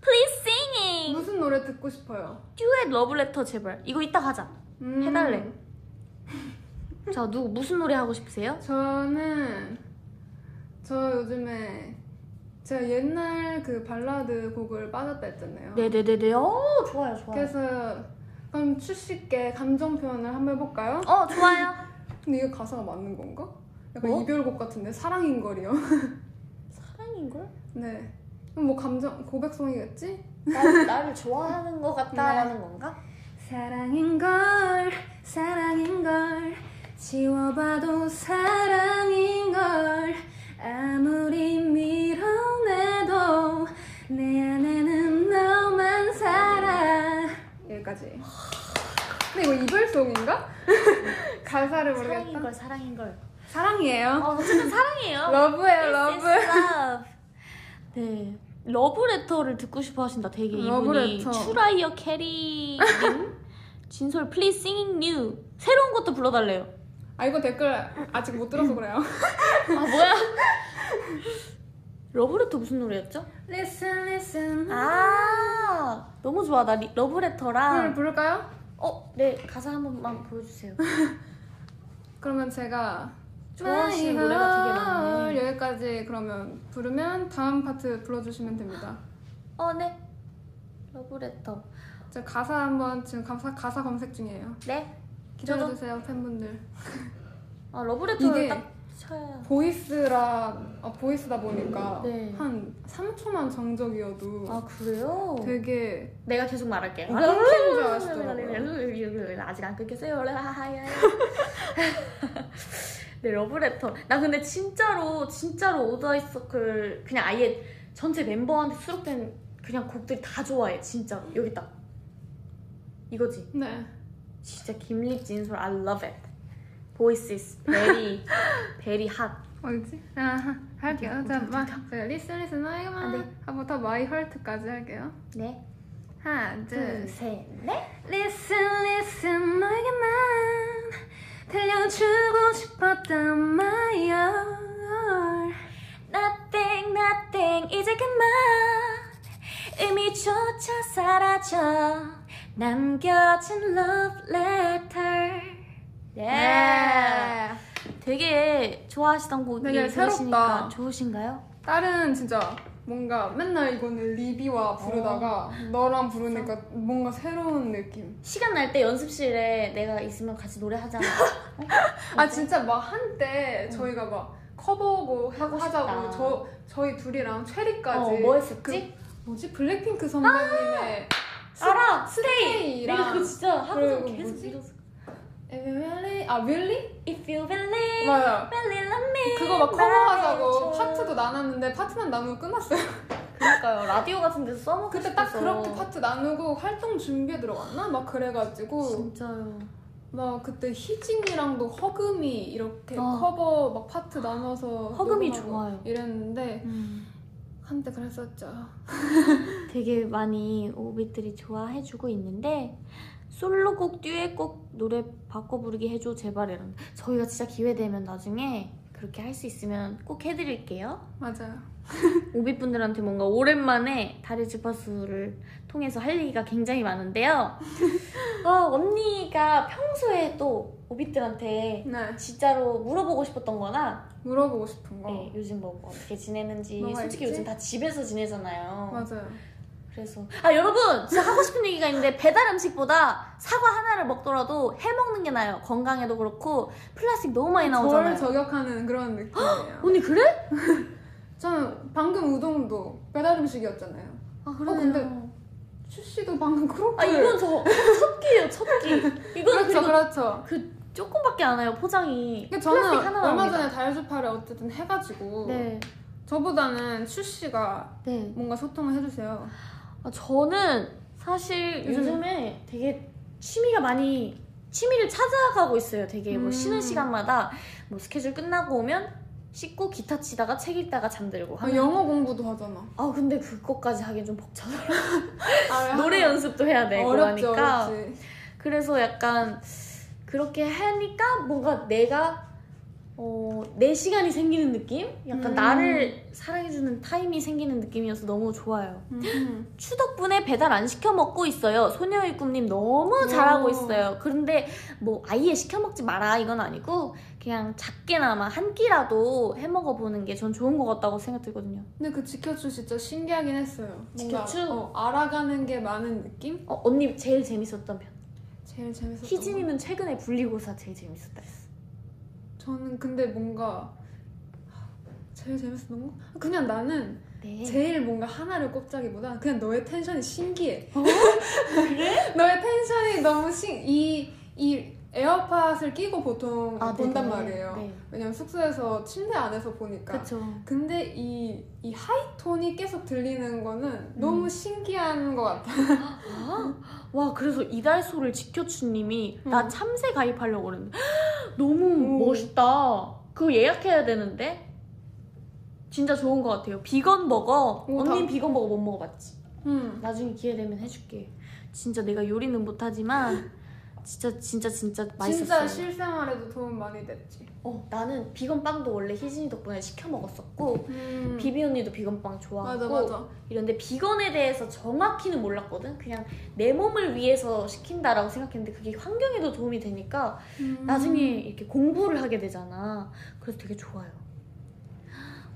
S1: please singing.
S3: 무슨 노래 듣고 싶어요?
S1: 듀엣 러브레터 제발. 이거 이따 하자.
S3: 음.
S1: 해달래. 자, 누구 무슨 노래 하고 싶으세요?
S3: 저는 저 요즘에 제가 옛날 그 발라드 곡을 빠졌다 했잖아요.
S1: 네네네네. 어, 좋아요, 좋아요.
S3: 그래서 그럼 추식게 감정 표현을 한번 해볼까요?
S1: 어, 좋아요.
S3: 근데 이거 가사가 맞는 건가? 약간
S1: 뭐?
S3: 이별곡 같은데 사랑인 걸이요. [LAUGHS]
S1: 사랑인걸?
S3: 네. 그럼 뭐 감정 고백송이겠지?
S1: 나를, 나를 좋아하는 것 같다라는 건가?
S3: 사랑인 걸 사랑인 걸 지워봐도 사랑인 걸 아무리 밀어내도 내 안에는 너만 살아 여기까지 근데 이거 이별송인가? [LAUGHS] 가사를 모르겠다
S1: 사랑인걸, 사랑인걸.
S3: 사랑이에요
S1: 어, 어쨌든 사랑이에요.
S3: 러브예요 러브
S1: This is love. 네. 러브레터를 듣고 싶어 하신다. 되게 이분이
S3: 러브레터.
S1: 추라이어 [LAUGHS] 캐리님 진솔 please singing new 새로운 것도 불러달래요.
S3: 아 이거 댓글 아직 못 들어서 그래요
S1: 아 [LAUGHS] 뭐야? 러브레터 무슨 노래였죠?
S3: Listen listen
S1: 아 음. 너무 좋아 나 리-
S3: 그걸
S1: 러브레터랑
S3: 부를까요?
S1: 어 네 가사 한 번만 보여주세요.
S3: 그러면 제가
S1: 좋아하시는
S3: My
S1: 노래가 되게
S3: Heart
S1: 많네.
S3: 여기까지 그러면
S1: 어, 네.
S3: 부르면 다음 파트 불러주시면 됩니다.
S1: 어네 러브레터
S3: 저 가사 한번 지금 가사, 가사 검색 중이에요.
S1: 네.
S3: 기다려주세요 팬분들.
S1: 아, 러브레터를
S3: 이게-
S1: 딱 쳐야.
S3: 보이스라 아, 보이스다 보니까
S1: 네.
S3: 한 3초만 정적이어도
S1: 아, 그래요?
S3: 되게
S1: 내가 계속 말할게요.
S3: 아, 끊긴 줄 알았어요.
S1: 아직 안 끊겼어요. 하하야. 네, 러브레터. 나 근데 진짜로, 진짜로 오더이서클 그냥 아예 전체 멤버한테 수록된 그냥 곡들이 다 좋아해. 진짜로. 여기 딱. 이거지.
S3: 네.
S1: 진짜 김립 진솔 I love it. Voice is very very hot.
S3: 어디지? 아 할게요. 자, 마, 자 리스 리스
S1: 아,
S3: 나이만
S1: 네.
S3: 하부터 마이 헐트까지 할게요.
S1: 네.
S3: 하나 둘. 셋.
S1: 둘셋 넷.
S3: Listen listen 너에게만 들려주고 싶었던 my heart.
S1: Nothing nothing 이제 그만 의미조차 사라져 남겨진 love letter. 예. 되게 좋아하시던 곡이
S3: 되게
S1: 들으시니까
S3: 새롭다.
S1: 좋으신가요?
S3: 딸은 진짜 뭔가 맨날 이거는 리비와
S1: 어.
S3: 부르다가 너랑 부르니까 뭔가 새로운 느낌.
S1: 시간 날 때 연습실에 내가 있으면 같이 노래하자. [LAUGHS] 어?
S3: 아 진짜 막 한때 저희가 막 커버곡 뭐 하-
S1: 하고 싶다.
S3: 하자고 저 저희 둘이랑 최리까지 그
S1: 어, 뭐 했었지?
S3: 뭐지 블랙핑크 선배님의
S1: 알아.
S3: 스테이랑
S1: 내가 그거 진짜 항상
S3: 그리고
S1: 계속
S3: 뭐지?
S1: 들었어.
S3: 에밀리 아 윌리
S1: If you believe,
S3: 맞아
S1: believe love me.
S3: 그거 막 커버하자고
S1: 나를
S3: 파트도 나눴는데 파트만 나누고
S1: [LAUGHS]
S3: 끝났어요.
S1: 그러니까요. 라디오 같은 데서 써먹고
S3: 그때 딱
S1: 싶어서.
S3: 그렇게 파트 나누고 활동 준비에 들어갔나 막 그래가지고
S1: 진짜요.
S3: 막 그때 희진이랑도 허금이 이렇게
S1: 아.
S3: 커버 막 파트 나눠서
S1: 허금이
S3: 녹음하고
S1: 좋아요.
S3: 이랬는데 한때 그랬었죠.
S1: 음. 되게 많이 오빛들이 좋아해주고 있는데 솔로곡, 듀엣곡 노래 바꿔 부르기 해줘 제발 이런. 저희가 진짜 기회 되면 나중에 그렇게 할 수 있으면 꼭 해드릴게요.
S3: 맞아요.
S1: 오비분들한테 뭔가 오랜만에 달의 주파수를 통해서 할 얘기가 굉장히
S3: [LAUGHS]
S1: 많은데요. 어, 언니가 평소에 또 오비들한테
S3: 네
S1: 진짜로 물어보고 싶었던 거나
S3: 물어보고 싶은 거
S1: 네, 요즘 뭐 어떻게 지내는지
S3: 뭐가
S1: 솔직히
S3: 있지?
S1: 요즘 다 집에서 지내잖아요.
S3: 맞아요.
S1: 그래서 아 여러분 진짜 하고 싶은 얘기가 있는데 배달 음식보다 사과 하나를 먹더라도 해먹는 게 나아요. 건강에도 그렇고 플라스틱 너무 많이
S3: 저를
S1: 나오잖아요.
S3: 저격하는 그런 느낌이에요.
S1: 언니 그래?
S3: 저는 방금 우동도 배달 음식이었잖아요.
S1: 아
S3: 그러네요. 추씨도 방금 크로플.
S1: 아 이건 저 첩기예요 첩기. 이거는
S3: 그렇죠
S1: 그리고
S3: 그렇죠.
S1: 그 조금밖에 안 와요 포장이.
S3: 그러니까
S1: 플라스틱
S3: 저는
S1: 하나
S3: 얼마
S1: 나옵니다.
S3: 전에 다이어트파를 어쨌든 해가지고
S1: 네,
S3: 저보다는 추씨가
S1: 네.
S3: 뭔가 소통을 해주세요.
S1: 아, 저는 사실
S3: 요즘에-
S1: 요즘에 되게 취미가 많이 취미를 찾아가고 있어요. 되게 뭐
S3: 음.
S1: 쉬는 시간마다 뭐 스케줄 끝나고 오면 씻고 기타 치다가 책 읽다가 잠들고
S3: 아,
S1: 하면.
S3: 영어 공부도 하잖아.
S1: 아 근데 그것까지 하긴 좀 벅차서
S3: 아,
S1: 노래 연습도 해야 되고
S3: 어렵죠.
S1: 하니까
S3: 어렵지.
S1: 그래서 약간 그렇게 하니까 뭔가 내가 어, 내 시간이 생기는 느낌? 약간
S3: 음.
S1: 나를 사랑해주는 타임이 생기는 느낌이어서 너무 좋아요.
S3: 음.
S1: 추 덕분에 배달 안 시켜 먹고 있어요. 소녀의 꿈님 너무 잘하고
S3: 오.
S1: 있어요. 그런데 뭐 아예 시켜 먹지 마라 이건 아니고 그냥 작게나마 한 끼라도 해 먹어 보는 게 전 좋은 것 같다고 생각들거든요.
S3: 근데 그 지켜추 진짜 신기하긴 했어요. 뭔가,
S1: 지켜추?
S3: 어, 알아가는 게 많은 느낌?
S1: 어, 언니 제일 재밌었던 편.
S3: 제일 재밌었던 거.
S1: 희진이는 뭐? 최근에 분리고사 제일 재밌었다 했어.
S3: 저는 근데 뭔가 제일 재밌었던 거? 그냥 나는
S1: 네.
S3: 제일 뭔가 하나를 꼽자기보다 그냥 너의 텐션이 신기해.
S1: 어?
S3: 그래? [LAUGHS] 너의 텐션이 너무 신, 이, 이 에어팟을 끼고 보통
S1: 아,
S3: 본단
S1: 네네.
S3: 말이에요.
S1: 네.
S3: 왜냐면 숙소에서 침대 안에서 보니까.
S1: 그쵸.
S3: 근데 이, 이 하이톤이 계속 들리는 거는
S1: 음.
S3: 너무 신기한 것 같아요.
S1: 아? 와 그래서 이달소를 지켜춘님이
S3: 음.
S1: 나 참새 가입하려고 그랬는데 너무
S3: 오.
S1: 멋있다. 그거 예약해야 되는데 진짜 좋은 것 같아요. 비건 버거.
S3: 오,
S1: 언니
S3: 다-
S1: 비건 버거 못 먹어봤지?
S3: 음.
S1: 나중에 기회 되면 해줄게. 진짜 내가 요리는 못하지만 진짜 진짜 진짜
S3: 진짜
S1: 맛있었어요.
S3: 실생활에도 도움 많이 됐지.
S1: 어, 나는 비건 빵도 원래 희진이 덕분에 시켜 먹었었고
S3: 음.
S1: 비비 언니도 비건 빵 좋아하고
S3: 맞아, 맞아.
S1: 이런데 비건에 대해서 정확히는 몰랐거든. 그냥 내 몸을 위해서 시킨다라고 생각했는데 그게 환경에도 도움이 되니까
S3: 음.
S1: 나중에 이렇게 공부를 하게 되잖아. 그래서 되게 좋아요. 음.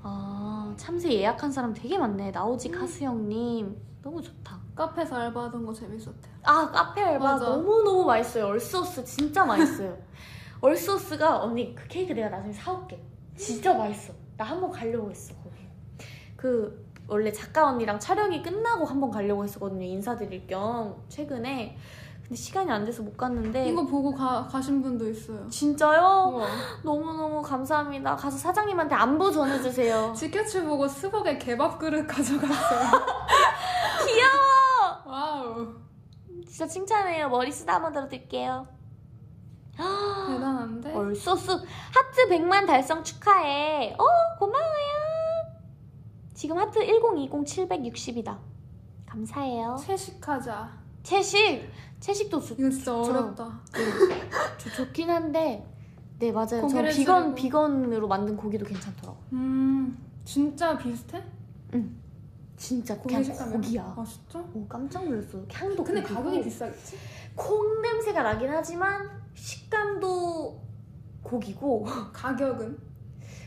S1: 아 참새 예약한 사람 되게 많네. 나오지 카수영님 너무 좋다.
S3: 카페에서 알바하던 거 재밌었대요.
S1: 아 카페 알바
S3: 맞아.
S1: 너무너무 맛있어요 얼소스 진짜
S3: [LAUGHS]
S1: 맛있어요 얼소스가 언니 그 케이크 내가 나중에 사올게 진짜 맛있어 나 한번 가려고 했어 거기 그 원래 작가 언니랑 촬영이 끝나고 한번 가려고 했었거든요 인사드릴 겸 최근에 근데 시간이 안 돼서 못 갔는데
S3: 이거 뭐 보고 가, 가신 분도 있어요.
S1: 진짜요?
S3: 우와.
S1: 너무너무 감사합니다 가서 사장님한테 안부
S3: 어. [LAUGHS]
S1: 전해주세요
S3: 지켜치 보고 스벅에 개밥 그릇 [LAUGHS] 가져갔어요.
S1: 귀여워
S3: 와우.
S1: 진짜 칭찬해요 머리 쓰다 한번 들어드릴게요
S3: 대단한데?
S1: 얼소스 하트 100만 달성 축하해. 어, 고마워요. 지금 하트 1020 760이다. 감사해요.
S3: 채식하자.
S1: 채식! 채식도 좋,
S3: 이거 진짜
S1: 저처럼.
S3: 어렵다.
S1: 좋- 좋긴 한데 네, 맞아요. 저
S3: 고기를
S1: 비건,
S3: 줄이고.
S1: 비건으로 만든 고기도 괜찮더라고요.
S3: 음, 진짜 비슷해?
S1: 진짜
S3: 고기
S1: 그냥
S3: 식감이?
S1: 고기야.
S3: 아, 진짜?
S1: 오, 깜짝 놀랐어. 향도
S3: 근데
S1: 고기고.
S3: 가격이 비싸겠지?
S1: 콩 냄새가 나긴 하지만 식감도 고기고
S3: 가격은?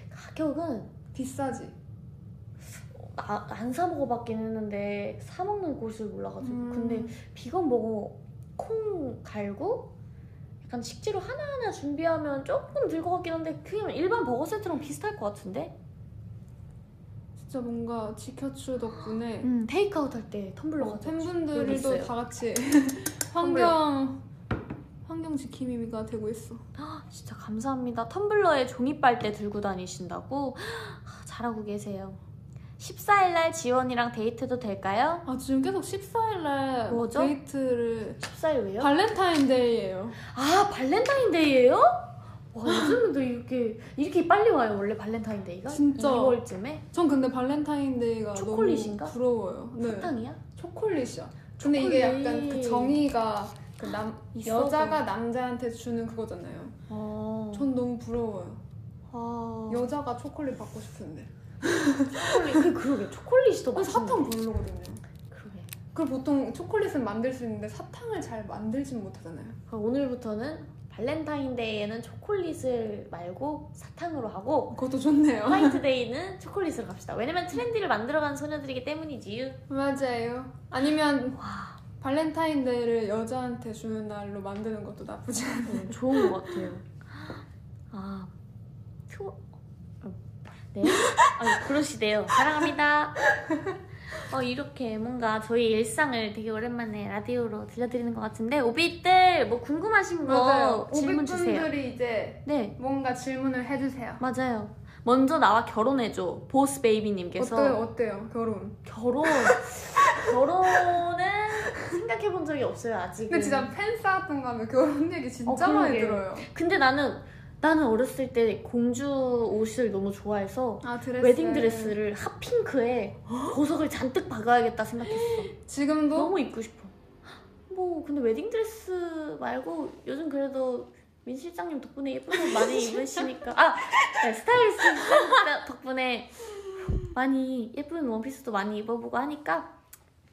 S1: 가격은
S3: 비싸지.
S1: 안 사 먹어봤긴 했는데 사 먹는 곳을 몰라가지고
S3: 음.
S1: 근데 비건 먹어 콩 갈고 약간 식재료 하나하나 준비하면 조금 들 것 같긴 한데 그냥 일반 버거 세트랑 비슷할 것 같은데?
S3: 진짜 뭔가 지켜추 덕분에
S1: 음, 테이크아웃 할 때 텀블러
S3: 어,
S1: 가져 여기
S3: 팬분들이
S1: 있어요.
S3: 또다
S1: [LAUGHS]
S3: 같이 환경 환경 지킴이가 되고 있어.
S1: 진짜 감사합니다 텀블러에 종이 빨대 들고 다니신다고? 아, 잘하고 계세요 14일날 지원이랑 데이트도 될까요?
S3: 아 지금 계속 14일날
S1: 뭐죠?
S3: 데이트를
S1: 14일 왜요?
S3: 발렌타인데이예요.
S1: 아 발렌타인데이예요? 와 요즘에도 이렇게 이렇게 빨리 와요 원래 발렌타인데이가?
S3: 진짜.
S1: 2월쯤에?
S3: 전 근데 발렌타인데이가
S1: 초콜릿인가?
S3: 너무 부러워요. 네.
S1: 사탕이야?
S3: 초콜릿이야. 근데 이게
S1: 초콜릿.
S3: 약간 그 정의가 그 남,
S1: 있어,
S3: 여자가 남자한테 주는 그거잖아요.
S1: 어...
S3: 전 너무 부러워요.
S1: 아...
S3: 여자가 초콜릿 받고 싶은데.
S1: 어, 초콜릿 그 그러게 초콜릿이 더
S3: 전
S1: 맛있는
S3: 사탕 별로거든요.
S1: 그러게
S3: 그 보통 초콜릿은 만들 수 있는데 사탕을 잘 만들진 못하잖아요.
S1: 그럼 오늘부터는 발렌타인데이에는 초콜릿을 말고 사탕으로 하고
S3: 어, 그것도 좋네요.
S1: 화이트데이는 초콜릿으로 갑시다 왜냐면 트렌디를 만들어가는 소녀들이기 때문이지
S3: 맞아요. 아니면
S1: 와
S3: 발렌타인데이를 여자한테 주는 날로 만드는 것도 나쁘지 않아요.
S1: 네, 좋은 것 같아요 아 표... 어, 네? 아, 그러시대요 사랑합니다 어, 이렇게 뭔가 저희 일상을 되게 오랜만에 라디오로 들려드리는 것 같은데 오빛들 뭐 궁금하신 거 질문 주세요
S3: 오빛분들이 이제
S1: 네
S3: 뭔가 질문을 해주세요.
S1: 맞아요. 먼저 나와 결혼해줘. 보스 베이비님께서
S3: 어때요? 어때요? 결혼.
S1: 결혼 결혼은 생각해 본 적이 없어요 아직.
S3: 근데 진짜 팬 쌓았던 거 하면 결혼 얘기 진짜
S1: 그 어,
S3: 많이
S1: 그러게.
S3: 들어요.
S1: 근데 나는 나는 어렸을 때 공주 옷을 너무 좋아해서
S3: 아 드레스.
S1: 웨딩 드레스를 핫핑크에 [GASPS] 보석을 잔뜩 박아야겠다 생각했어.
S3: 지금도
S1: 너무 입고 싶어. 뭐 근데 웨딩 드레스 말고 요즘 그래도 민 실장님 덕분에 예쁜 옷 [LAUGHS] 많이 입으시니까 아 네, 스타일리스트 덕분에 많이 예쁜 원피스도 많이 입어보고 하니까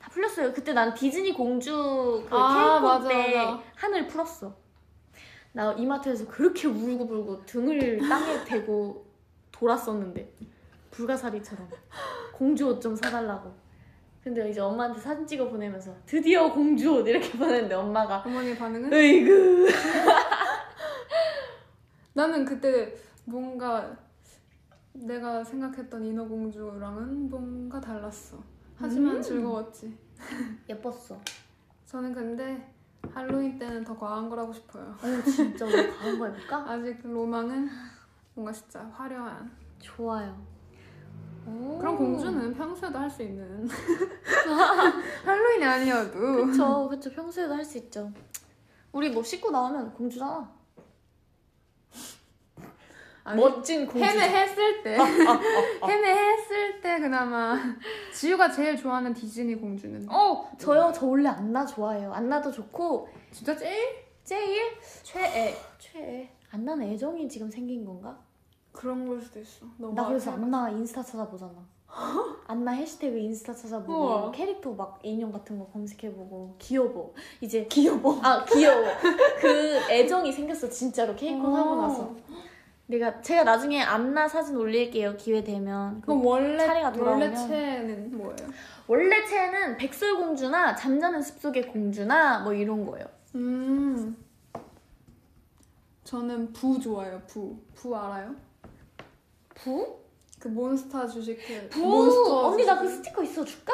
S1: 다 풀렸어요. 그때 난 디즈니 공주 그
S3: 아,
S1: 케이크
S3: 맞아,
S1: 때
S3: 맞아.
S1: 한을 풀었어. 나 이마트에서 그렇게 울고불고 등을 땅에 대고 돌았었는데 불가사리처럼 공주 옷 좀 사달라고. 근데 이제 엄마한테 사진 찍어 보내면서 드디어 공주 옷 이렇게 보냈는데 엄마가
S3: 어머니 반응은?
S1: 네. 으이그
S3: 나는 그때 뭔가 내가 생각했던 인어공주랑은 뭔가 달랐어. 하지만
S1: 음.
S3: 즐거웠지.
S1: 예뻤어.
S3: 저는 근데 할로윈 때는 더 과한 걸 하고 싶어요.
S1: 아유 진짜 우리 다음 거 해볼까?
S3: 아직 로망은 뭔가 진짜 화려한
S1: 좋아요. 오.
S3: 그런 공주는 평소에도 할
S1: [LAUGHS]
S3: 수 있는 할로윈이 아니어도
S1: 그쵸 그쵸 평소에도 할 수 있죠. 우리 뭐 씻고 나오면 공주잖아.
S3: 아니,
S1: 멋진 뭐 공주. 아,
S3: 했을 때 헤매했을 때 그나마 지유가 제일 좋아하는 디즈니 공주는
S1: 어 저요 저 원래 안나 좋아해요. 안나도 좋고
S3: 진짜 제일
S1: 제일
S3: 최애
S1: 최애. 안나는 애정이 지금 생긴 건가?
S3: 그런 걸 수도 있어 너무
S1: 나 그래서
S3: 알차게.
S1: 안나 인스타 찾아보잖아. 안나 해시태그 인스타 찾아보고
S3: 우와.
S1: 캐릭터 막 인형 같은 거 검색해보고 귀여워. 이제
S3: 어.
S1: 어. 귀여워. 아 귀여워. 그 애정이 생겼어 진짜로 케이콘 하고 나서. 내가 제가 나중에 안나 사진 올릴게요 기회 되면.
S3: 그럼 원래
S1: 차례가
S3: 원래
S1: 돌아오면.
S3: 채는 뭐예요?
S1: 원래 채는 백설공주나 잠자는 숲속의 공주나 뭐 이런 거예요.
S3: 음. 저는 부 좋아요. 부. 부 알아요?
S1: 부?
S3: 그 몬스타 주식회.
S1: 부! 언니 나 그 스티커 있어 줄까?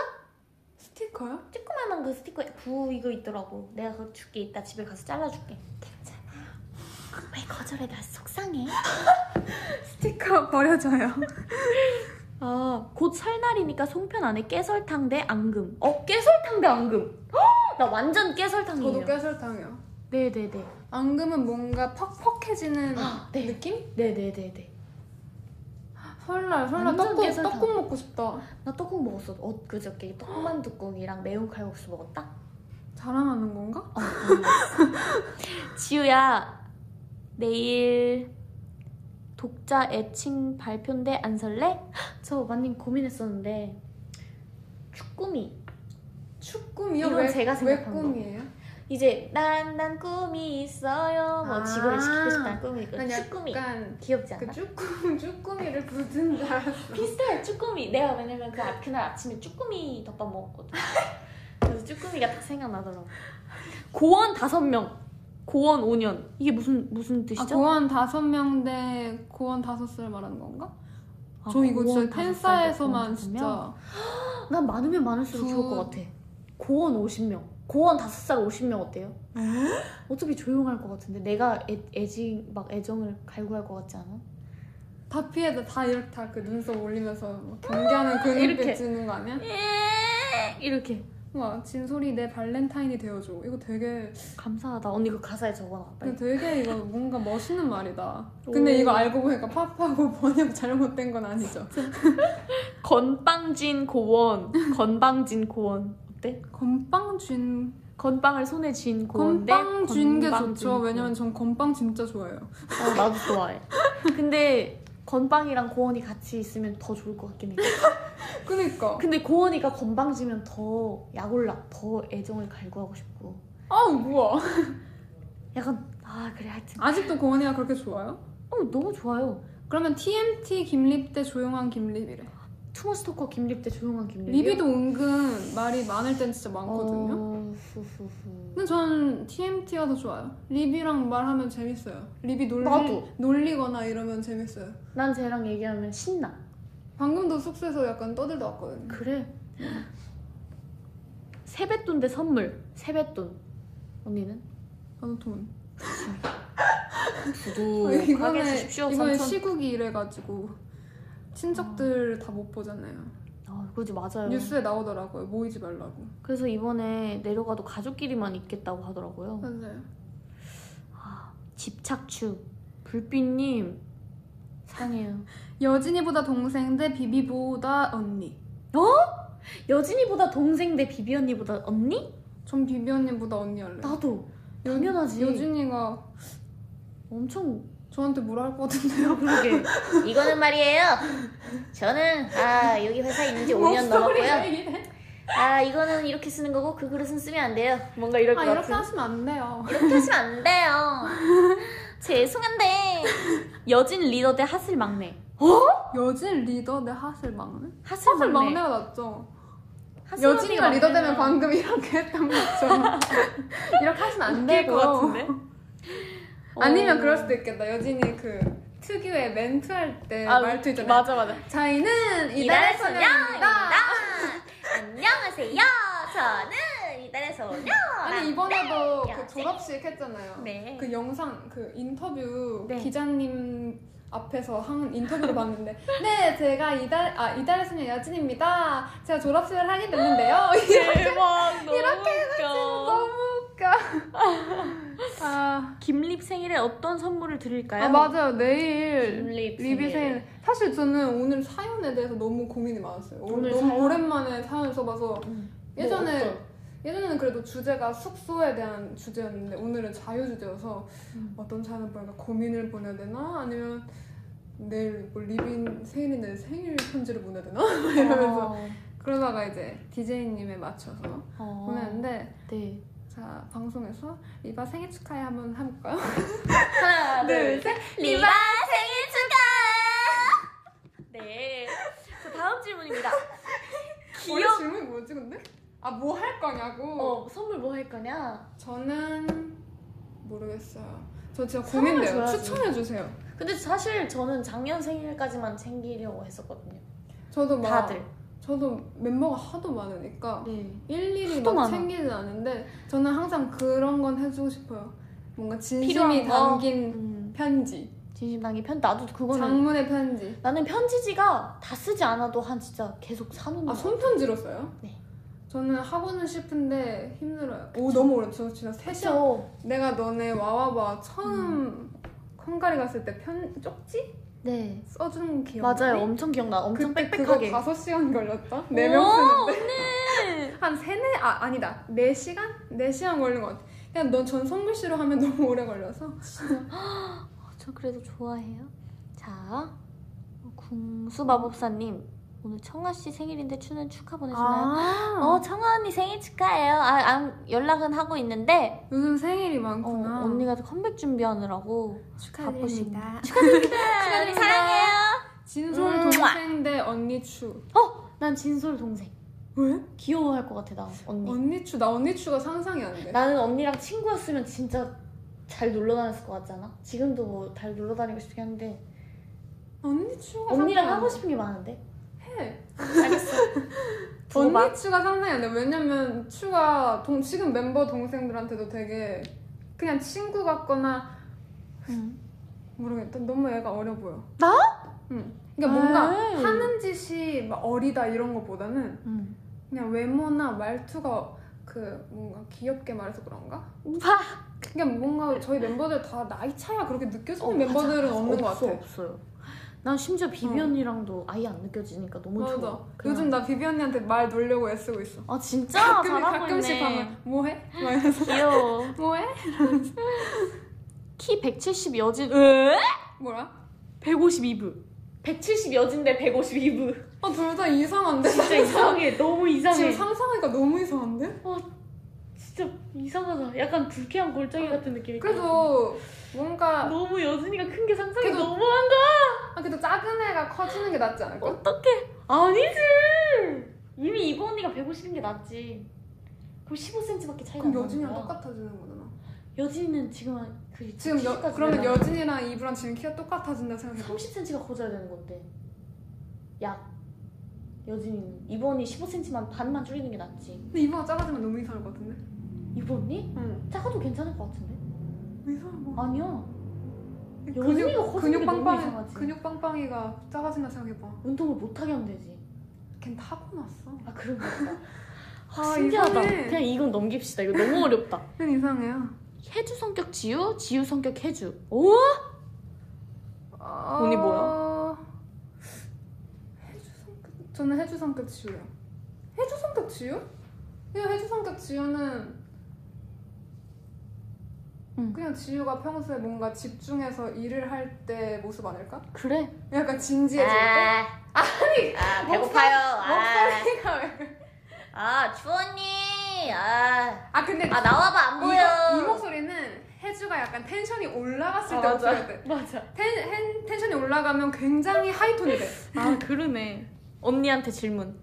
S3: 스티커요?
S1: 조그만한 그 스티커 부 이거 있더라고. 내가 그거 줄게 이따 집에 가서 잘라줄게. 괜찮아. 왜 거절해 나 속상해.
S3: 스티커 [LAUGHS] 버려줘요.
S1: 아, 곧 설날이니까 송편 안에 깨설탕 대 앙금. 어, 깨설탕 대 앙금. 헉, 나 완전 깨설탕이에요.
S3: 저도 깨설탕이요.
S1: 네네네.
S3: 앙금은 뭔가 퍽퍽해지는
S1: 아, 네.
S3: 느낌?
S1: 네네네네.
S3: 설날 설날
S1: 완전
S3: 떡국
S1: 깨설탕.
S3: 떡국 먹고 싶다.
S1: 나 떡국 먹었어. 엊그저께 떡만두국이랑 매운 칼국수 먹었다.
S3: 자랑하는 건가?
S1: 어, 몰랐어. 지우야, 내일 독자 애칭 발표인데 안 설래? [GASPS] 저 완전 고민했었는데 축구미.
S3: 축꿈이요?
S1: 이건
S3: 왜,
S1: 제가
S3: 왜
S1: 생각한 거.
S3: 꿈이에요?
S1: 이제 난 난 꿈이 있어요. 뭐
S3: 아.
S1: 지구를 지키고 싶다는 꿈이 있고
S3: 난
S1: 축구미.
S3: 약간
S1: 귀엽지 않아?
S3: 그 쭈꾸미 [LAUGHS] 쭈꾸미를 부순 줄 알았어.
S1: 비슷해 쭈꾸미 내가 왜냐면 그 앞- 그날 아침에 쭈꾸미 덮밥
S3: [LAUGHS]
S1: 먹었거든 그래서 쭈꾸미가 딱 생각나더라고 고원 다섯 명 고원 5년 이게 무슨 무슨
S3: 아,
S1: 뜻이죠?
S3: 고원 다섯 명대 고원 다섯 살 말하는 건가?
S1: 아,
S3: 저 이거
S1: 고원 다섯
S3: 진짜
S1: 살,
S3: 팬싸에서만
S1: 고원 다섯 명?
S3: 진짜
S1: 난 많으면 많을수록 좋을 것 같아 고원 50명 고원 다섯 살 50명 어때요? 어차피 조용할 것 같은데 내가 애, 애지 막 애정을 갈구할 것 같지 않아?
S3: 다 피해다 다 이렇게 다 그 눈썹 올리면서 막 경계하는 그
S1: 이렇게.
S3: 눈빛 짓는 거 아니야?
S1: 이렇게
S3: 와 진솔이 내 발렌타인이 되어줘. 이거 되게
S1: 감사하다 언니 그 가사에 적어놔 빨리
S3: 이거 되게 이거 뭔가 멋있는 말이다. 근데
S1: 오.
S3: 이거 알고 보니까 팝하고 [LAUGHS] 번역 잘못된 건 아니죠?
S1: 건빵진 고원 건방진 고원 어때?
S3: 건빵 쥔
S1: 건빵을 손에 쥔 고원데
S3: 건빵 쥔 게
S1: 건빵진
S3: 좋죠.
S1: 고원.
S3: 왜냐면 전 건빵 진짜 좋아해요.
S1: 어, 나도 좋아해 근데 건빵이랑 고원이 같이 있으면 더 좋을 것 같긴 해
S3: 그니까.
S1: 근데 고원이가 건방지면 더 약올라 더 애정을 갈구하고 싶고
S3: 아우 뭐야.
S1: 약간 아 그래 하여튼
S3: 아직도 고은이가 그렇게 좋아요?
S1: 어, 너무 좋아요
S3: 그러면 TMT 김립 대 조용한 김립이래.
S1: 투머스토커 김립 대 조용한 김립
S3: 리비도 은근 말이 많을 땐 진짜 많거든요.
S1: 어, 후후후.
S3: 근데 저는 TMT가 더 좋아요. 리비랑 말하면 재밌어요. 리비 놀리,
S1: 나도.
S3: 놀리거나 이러면 재밌어요.
S1: 난 쟤랑 얘기하면 신나
S3: 방금도 숙소에서 약간 떠들다 왔거든요.
S1: 그래. [GASPS] 세뱃돈 대 선물. 세뱃돈. 언니는?
S3: 저는 돈.
S1: 부득하게 주십시오.
S3: 이번에
S1: 삼천.
S3: 시국이 이래가지고 친척들 다 못 보잖아요.
S1: 아, 그러지 맞아요.
S3: 뉴스에 나오더라고요. 모이지 말라고.
S1: 그래서 이번에 내려가도 가족끼리만 있겠다고 하더라고요.
S3: 맞아요.
S1: 아, 집착추. 불빛님 사랑해요.
S3: 여진이보다 동생 대 비비보다 언니.
S1: 여진이보다 동생 대 비비 언니보다 언니?
S3: 전 비비 언니보다 언니 할래.
S1: 나도.
S3: 여-
S1: 아, 당연하지.
S3: 여진이가
S1: 엄청
S3: 저한테 뭐라 할 것 같은데요? [LAUGHS]
S1: 그러게.
S3: 아,
S4: 이거는 말이에요. 저는 아 여기 회사에 있는 지 5년 넘었고요. 아 이거는 이렇게 쓰는 거고 그 그릇은 쓰면 안 돼요.
S1: 뭔가 이럴 것
S3: 아 이렇게
S1: 같은.
S3: 하시면 안 돼요.
S4: 이렇게 하시면
S1: [LAUGHS]
S4: 안 돼요. 죄송한데
S1: 여진 리더 대 하슬 막내.
S3: 여진 리더 대 하슬 막내?
S1: 하슬,
S3: 하슬
S1: 막내.
S3: 막내가 낫죠.
S1: 하슬
S3: 여진이가
S1: 언니가
S3: 리더
S1: 막내면
S3: 되면 방금 이렇게 했던 것처럼 이렇게 하시면 안
S1: 웃길
S3: 되고.
S1: 것 같은데?
S3: 아니면
S1: 어.
S3: 그럴 수도 있겠다. 여진이 그 특유의 멘트 할 때
S1: 아,
S3: 말투 있잖아요.
S1: 맞아 맞아.
S3: 저희는
S4: 이달의
S3: 이달의
S4: 소녀입니다.
S3: 소녀입니다.
S4: 안녕하세요. 저는 이달의 소녀.
S3: 아니 이번에도
S4: 네,
S3: 그
S4: 여진.
S3: 졸업식 했잖아요.
S4: 네.
S3: 그 영상 그 인터뷰
S1: 네.
S3: 기자님 앞에서 한 인터뷰를 봤는데 [LAUGHS] 네 제가 이달 아 이달의 소녀 여진입니다. 제가 졸업식을 하게 됐는데요. [LAUGHS]
S1: 그
S4: 네.
S1: 대박 너무 웃겨.
S3: 너무 웃겨. 아,
S1: 김립 생일에 어떤 선물을 드릴까요?
S3: 아 맞아요 내일
S4: 김립
S1: 네.
S3: 리비 생일. 사실 저는 오늘 사연에 대해서 너무 고민이 많았어요.
S1: 오늘
S3: 오늘 너무
S1: 사연?
S3: 오랜만에 사연 써봐서
S1: 음.
S3: 예전에
S1: 뭐 어떤?
S3: 예전에는 그래도 주제가 숙소에 대한 주제였는데 오늘은 자유 주제여서
S1: 음.
S3: 어떤 사연을 보내까 고민을 보내야 되나 아니면 내일 뭐 리빈 생일인데 생일 편지를 보내야 되나 [LAUGHS] 이러면서
S1: 어,
S3: 그러다가 이제 DJ님에 맞춰서
S1: 어.
S3: 보냈는데
S1: 네.
S3: 자 방송에서 리바 생일 축하해 한번 해볼까요?
S4: 하나 둘
S3: [LAUGHS] 둘,
S4: 셋. 리바
S1: 생일 축하! 네. 자, 다음 [LAUGHS] 질문입니다.
S3: 원래 질문이 뭐지 근데? 아 뭐 할 거냐고.
S1: 어, 선물 뭐 할 거냐?
S3: 저는 모르겠어요. 저 진짜
S1: 선물을
S3: 고민돼요.
S1: 줘야지.
S3: 추천해 주세요.
S1: 근데 사실 저는 작년 생일까지만 챙기려고 했었거든요.
S3: 저도 막
S1: 다들.
S3: 저도 멤버가 하도 많으니까
S1: 네.
S3: 일일이
S1: 하도
S3: 막
S1: 많아.
S3: 챙기진 않는데 저는 항상 그런 건 해주고 싶어요. 뭔가
S1: 필요한
S3: 진심이
S1: 거.
S3: 담긴
S1: 음,
S3: 편지,
S1: 진심당이 편 나도 그거는
S3: 장문의 편지.
S1: 나는 편지지가 다 쓰지 않아도 한 진짜 계속 사는
S3: 아
S1: 거.
S3: 손편지로 써요?
S1: 음. 네.
S3: 저는 하고는 싶은데 힘들어요. 오 너무 오래. 저 진짜 세 시간. 내가 너네 와와봐 처음 헝가리 갔을 때 편 쪽지
S1: 네.
S3: 써준 기억.
S1: 맞아요. 엄청 기억나. 엄청
S3: 네. 그때
S1: 빽빽하게.
S3: 그거 5시간 걸렸다?
S1: 오,
S3: 4명 쓰는데 [LAUGHS] 한 3, 4, 아, 아니다 4시간? 4시간 걸린 것 같아 그냥 넌 전 손글씨로 하면 [LAUGHS] 너무 오래 걸려서
S1: 저 그래도 좋아해요. 자, 궁수 마법사님 오늘 청아 씨 생일인데 추는 축하 보내시나요?
S3: 아
S1: 어, 청아 언니 생일 축하해요. 아, 안- 연락은 하고 있는데
S3: 요즘 생일이
S1: 어,
S3: 많구나
S1: 언니가 컴백 준비하느라고
S4: 축하드립니다.
S1: 축하 언니 아, 사랑해요.
S3: 진솔
S1: 음.
S3: 동생 대 언니 추
S1: 난 진솔 동생.
S3: 왜?
S1: 귀여워할 것 같아 나 언니.
S3: 언니 추나 언니 추가 상상이 안돼
S1: 나는 언니랑 친구였으면 진짜 잘 놀러 다녔을 것 같지 않아? 지금도 뭐 잘 놀러 다니고 싶긴 한데
S3: 언니 추가
S1: 언니랑
S3: 어, 상상이
S1: 하고
S3: 안
S1: 싶은 게 많은데.
S3: 돼. 해
S1: 알겠어. [LAUGHS] 두고 봐.
S3: 네. 언니 추가 상상이 안돼 왜냐면 추가 동, 지금 멤버 동생들한테도 되게 그냥 친구 같거나
S1: 응.
S3: 모르겠다. 너무 애가 어려 보여.
S1: 나?
S3: 응. 그러니까 뭔가
S1: 에이.
S3: 하는 짓이 막 어리다 이런 것보다는
S1: 응.
S3: 그냥 외모나 말투가 그 뭔가 귀엽게 말해서 그런가?
S1: 봐.
S3: 그냥 뭔가 저희 멤버들 다 나이 차이가 그렇게 느껴지는
S1: 어,
S3: 멤버들은
S1: 맞아, 맞아.
S3: 없는 것
S1: 없어,
S3: 같아.
S1: 없어요. 난 심지어 비비
S3: 어.
S1: 언니랑도 아예 안 느껴지니까 너무
S3: 맞아.
S1: 좋아.
S3: 요즘 나 비비 언니한테 말 놀려고 애쓰고 있어.
S1: 아 진짜
S3: 가끔,
S1: 잘하고
S3: 가끔씩
S1: 있네.
S3: 하면 뭐해? 막 이러면서 [LAUGHS]
S1: 귀여워.
S3: 뭐해?
S1: 키 170 여진. 에?
S3: 뭐라?
S1: 152부. 170 여진데 152부.
S3: 아 둘 다
S1: [LAUGHS]
S3: 이상한데?
S1: 진짜 이상해. 너무
S3: 지금
S1: 이상해.
S3: 상상하니까 너무 이상한데?
S1: 진짜 이상하다. 약간 불쾌한 골짜기 같은 느낌이.
S3: 어, 그래도 뭔가
S1: 너무 여진이가 큰 게 상상이
S3: 그래도-
S1: 너무한 거.
S3: 아, 그래도 작은 애가 커지는 게 낫지 않을까?
S1: 어떡해. 아니지. 이미 이보 언니가 150인 게 낫지. 그럼 15cm밖에 차이가 안
S3: 그럼
S1: 나는
S3: 여진이랑
S1: 거야.
S3: 똑같아지는 거잖아.
S1: 여진이는 지금 한- 그
S3: 지금 여,
S1: 70까지
S3: 그러면
S1: 내려가.
S3: 여진이랑 뭐- 이브랑 지금 키가 똑같아진다 생각해.
S1: 30cm가 커져야 되는 건데 약 여진이는 이번이 15cm만 반만 줄이는 게 낫지
S3: 근데 이브가 작아지면 너무 이상할 것 같은데?
S1: 이번이
S3: 응.
S1: 작아도 괜찮을 것 같은데
S3: 이상할 것 같아.
S1: 아니야 여진이가
S3: 근육,
S1: 커지는 게
S3: 근육
S1: 너무
S3: 빵빵이
S1: 이상하지.
S3: 근육 빵빵이가 작아진다 생각해봐.
S1: 운동을 못하게 하면 되지
S3: 걘 타고났어.
S1: 아 그런
S3: [LAUGHS]
S1: 거다 아,
S3: 아,
S1: 신기하다
S3: 이상해.
S1: 그냥 이건 넘깁시다 이거 너무 어렵다
S3: 걘 이상해요.
S1: [LAUGHS] 해주 성격 지우 지우 성격 해주 오
S3: 어...
S1: 언니
S3: 해주 성격 저는 해주 성격 지우요. 해주 성격 지우? 그냥 해주 성격 지우는
S1: 응.
S3: 그냥 지우가 평소에 뭔가 집중해서 일을 할 때 모습 아닐까?
S1: 그래
S3: 약간 진지해질 때?
S4: 아, 아니, 아, 배고파요. 아,
S3: 목소리가 왜 그래?
S4: 아, 주언니. 아,
S3: 아 근데
S4: 아, 나와봐, 안 보여.
S3: 이, 이 목소리는 혜주가 약간 텐션이 올라갔을
S1: 아,
S3: 때
S1: 맞아.
S3: 목소리가 돼.
S1: 맞아
S3: 텐, 헨- 텐션이 올라가면 굉장히 하이톤이 돼.
S1: 아 그러네 언니한테 질문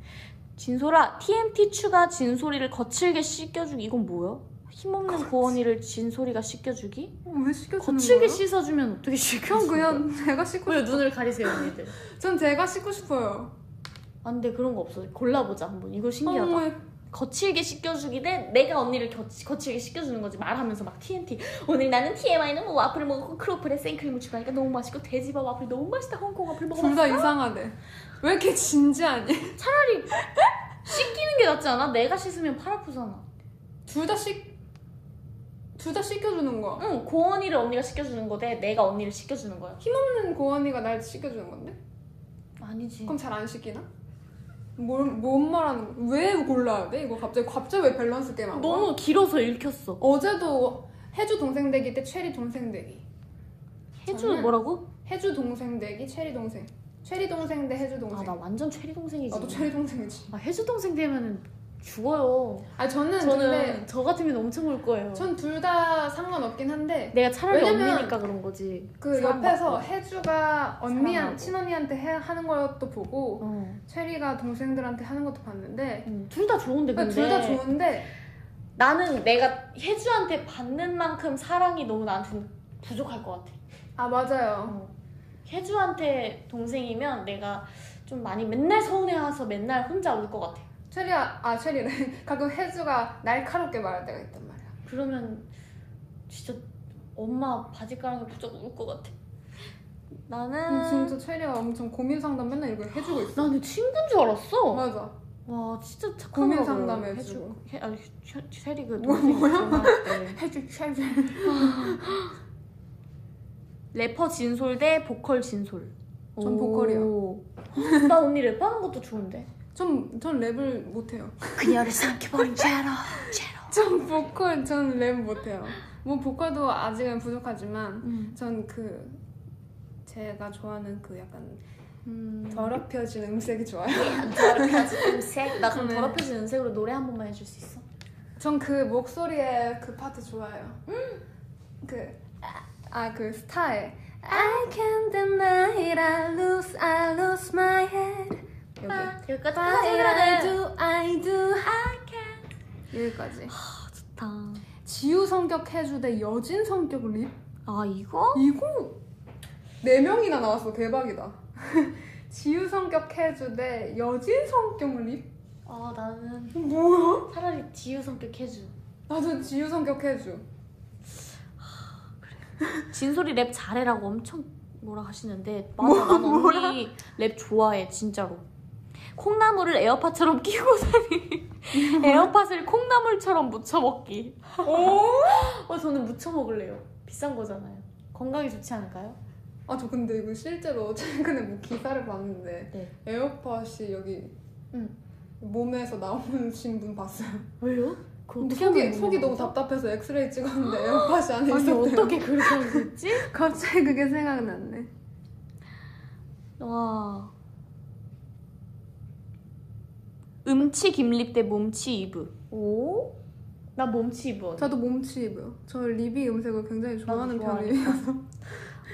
S1: 진솔아 TMT 추가 진솔이를 거칠게 씻겨주기 이건 뭐야? 힘없는 고원이를 진솔이가 씻겨주기?
S3: 어, 왜 시켜주는
S1: 거칠게
S3: 거예요?
S1: 씻어주면 어떻게 씻겨주는
S3: 전
S1: 거야?
S3: 그냥 제가 씻고
S1: 왜 눈을 가리세요 언니들
S3: 전 제가 씻고 싶어요.
S1: 안돼 아, 그런 거 없어 골라보자 한번 이거 신기하다
S3: 어머,
S1: 거칠게 씻겨주기 대 내가 언니를 겨, 거칠게 씻겨주는 거지 말하면서 막 TNT 오늘 나는 TMI는 뭐 와플을 먹고 크로플에 생크림을 추가하니까 너무 맛있고 돼지밥 와플 너무 맛있다 홍콩 와플 먹어봤어
S3: 둘다 이상하대. 왜 이렇게 진지하니?
S1: 씻기는 게 낫지 않아? 내가 씻으면 팔 아프잖아
S3: 둘 다 씻, 둘 다 씻겨주는 거야.
S1: 응 고원이를 언니가 씻겨주는 거 대 내가 언니를 씻겨주는 거야
S3: 힘없는 고원이가 날 씻겨주는 건데?
S1: 아니지.
S3: 그럼 잘 안 씻기나? 뭘, 뭔 말하는 거야? 왜 골라야 돼? 이거 갑자기, 갑자기 왜 밸런스 게임 한 거야?
S1: 너무 길어서 읽혔어.
S3: 어제도 해주 동생 되기 때 체리 동생 되기.
S1: 해주
S3: 저는-
S1: 뭐라고?
S3: 해주 동생 되기 체리 동생. 체리 동생 대 해주
S1: 아
S3: 동생.
S1: 나 완전 최리 동생이지.
S3: 나도 체리 동생이지.
S1: 아 해주 동생 되면은 죽어요.
S3: 아 저는
S1: 저는
S3: 근데
S1: 저 같으면 엄청 울 거예요.
S3: 전 둘 다 상관없긴 한데
S1: 내가 차라리
S3: 왜냐면-
S1: 언니니까 그런 거지.
S3: 그
S1: 사랑받고.
S3: 옆에서 혜주가 언니한
S1: 사랑하고.
S3: 친언니한테 해- 하는 것도 보고
S1: 어.
S3: 최리가 동생들한테 하는 것도 봤는데
S1: 음, 네, 둘 다 좋은데 근데
S3: 둘 다 좋은데
S1: 나는 내가 혜주한테 받는 만큼 사랑이 너무 나한테 부족할 것 같아.
S3: 아 맞아요.
S1: 어. 혜주한테 동생이면 내가 좀 많이 맨날 서운해와서 맨날 혼자 울 것 같아.
S3: 최리야 아 최리는 [LAUGHS] 가끔 혜주가 날카롭게 말할 때가 있단 말이야.
S1: 그러면 진짜 엄마 바지 가랑이 부쩍 울것 같아.
S3: 근데
S1: 나는
S3: 음, 진짜 최리가 엄청 고민 상담 맨날 이걸 해주고 있어.
S1: 나는 친구인 줄 알았어.
S3: 맞아.
S1: 와 진짜 착한
S3: 뭐? 고민
S1: 거고요.
S3: 상담해주고.
S1: 혜주- 혜- 아니 혜- 혜리 그
S3: 뭐,
S1: 동생이
S3: 뭐야?
S1: 전화할 때.
S3: [LAUGHS] 해주 최리.
S1: [LAUGHS] 래퍼 진솔 대 보컬 진솔.
S3: 전 보컬이요.
S1: 오. [LAUGHS] 나 언니 랩하는 것도 좋은데.
S3: 전, 전 랩을 못해요. [LAUGHS]
S1: 그녀를 삼켜버린 채로 채로.
S3: 전 보컬, 전 랩 못해요. 뭐 보컬도 아직은 부족하지만
S1: 음.
S3: 전 그 제가 좋아하는 그 약간 음,
S1: 음.
S3: 더럽혀진 음색이 좋아요.
S4: 더럽혀진 색
S1: 나 그럼
S3: 네.
S1: 더럽혀진 은색으로 노래 한 번만 해줄 수 있어?
S3: 전 그 목소리의 그 파트 좋아요. 그 아 그 스타의 I can't deny it, I lose, I lose my head.
S4: 아,
S3: 여기.
S1: 여기까지
S4: 그러니까
S3: I
S1: 끝까지
S3: do, I do, I
S1: can.
S3: 여기까지.
S1: 좋다.
S3: 지우 성격 해주 대 여진 성격 립?
S1: 아 이거?
S3: 이거 네 명이나 나왔어 대박이다. [LAUGHS] 지우 성격 해주 대 여진 성격 립?
S1: 아 나는
S3: 뭐야?
S1: 차라리 지우 성격 해줘.
S3: 나도 지우 성격 해주.
S1: 진솔이 랩 잘해라고 엄청 뭐라 하시는데 맞아 난 언니 랩 좋아해 진짜로 콩나물을 에어팟처럼 끼고
S3: [LAUGHS]
S1: 다니 에어팟을 콩나물처럼 무쳐 먹기
S3: 오?
S1: 어 저는 무쳐 먹을래요 비싼 거잖아요 건강에 좋지 않을까요?
S3: 아저 근데 이거 실제로 [LAUGHS] 최근에 뭐 기사를 봤는데
S1: 네.
S3: 에어팟이 여기
S1: 응.
S3: 몸에서 나오신 분 봤어요.
S1: 왜요? 그
S3: 근데
S1: 어떻게 하면
S3: 속이 속이 너무
S1: 먹는 거죠?
S3: 답답해서 엑스레이 찍었는데 아, 에어팟이 안에
S1: 아니
S3: 있었대요.
S1: 어떻게 그렇게 할 수 있지?
S3: 갑자기 그게 생각났네.
S1: 와 음치 김립 대 몸치 이브
S4: 오?
S1: 나 몸치 이브
S3: 저도 몸치입이요. 저 리비 음색을 굉장히 좋아하는
S1: 나도 좋아해.
S3: 편이어서 [LAUGHS]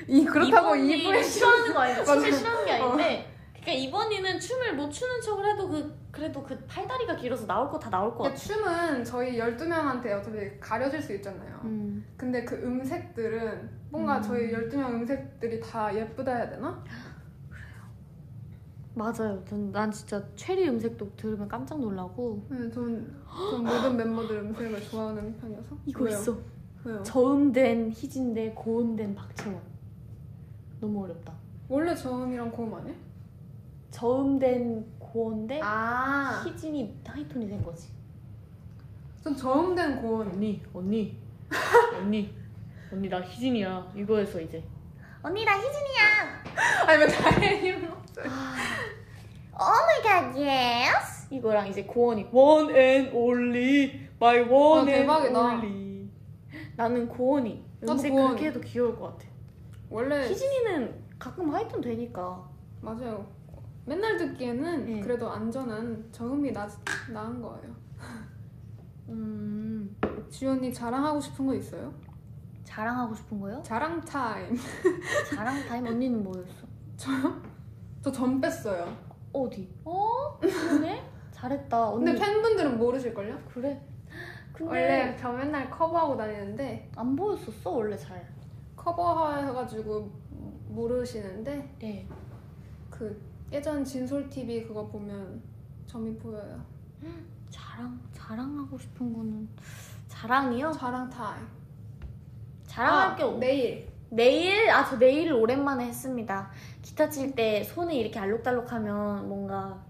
S3: 이 그렇다고
S1: 이번이
S3: [LAUGHS] 이브에
S1: 싫어하는 거 아니야?
S3: 맞아.
S1: 춤을 싫어하는 게 아닌데 그러니까 이번이는 춤을 못 추는 척을 해도 그 그래도 그 팔다리가 길어서 나올 거 다 나올 것
S3: 그러니까
S1: 같아.
S3: 춤은 저희 12명한테 어차피 가려질 수 있잖아요.
S1: 음.
S3: 근데 그 음색들은 뭔가
S1: 음.
S3: 저희 12명 음색들이 다 예쁘다 해야 되나?
S1: 맞아요. 전, 난 진짜 체리 음색도 들으면 깜짝 놀라고.
S3: 네, 전, 전 모든 멤버들 음색을 좋아하는 편이어서.
S1: 이거
S3: 왜요?
S1: 있어.
S3: 왜요?
S1: 저음된 희진 대 고음된 박채원. 너무 어렵다.
S3: 원래 저음이랑 고음 아니야?
S1: 저음된 고음대
S3: 아.
S1: 희진이 하이톤이 된 거지.
S3: 전 저음된 고음.
S5: 언니
S3: [LAUGHS]
S5: 언니 언니 언니 나 희진이야 이거에서 이제
S4: 언니 나 희진이야 아.
S3: 아니, 왜 다행이요?
S4: 어 오마이갓 예스
S5: 이거랑 이제 고원이 one and only my one
S3: 아,
S5: and
S3: 대박이다.
S5: only 나는 고원이
S3: 나도
S5: 음색
S3: 고원.
S5: 그렇게 해도 귀여울 것 같아
S1: 네.
S3: 원래.
S1: 희진이는 가끔 하이톤 되니까.
S3: 맞아요. 맨날 듣기에는
S1: 네.
S3: 그래도 안전한 저음이 나, 나은 거예요.
S1: 음
S3: 지원이 자랑하고 싶은 거 있어요?
S1: 자랑하고 싶은 거요?
S3: 자랑 타임. [LAUGHS]
S1: 자랑 타임 언니는 뭐였어?
S3: 저 점 뺐어요.
S1: 어디? 어? 그러네? 잘했다. 언니
S3: 근데 팬분들은 모르실걸요?
S1: 그래. 근데
S3: 원래 저 맨날 커버하고 다니는데
S1: 안 보였었어 원래 잘.
S3: 커버해가지고 모르시는데
S1: 네.
S3: 그 예전 진솔 TV 그거 보면 점이 보여요.
S1: 자랑 자랑하고 싶은 거는 자랑이요?
S3: 자랑 타임.
S1: 자랑할
S3: 아,
S1: 게 없.
S3: 내일.
S1: 네일 아 저 네일을 오랜만에 했습니다. 기타 칠 때 손을 이렇게 알록달록하면 뭔가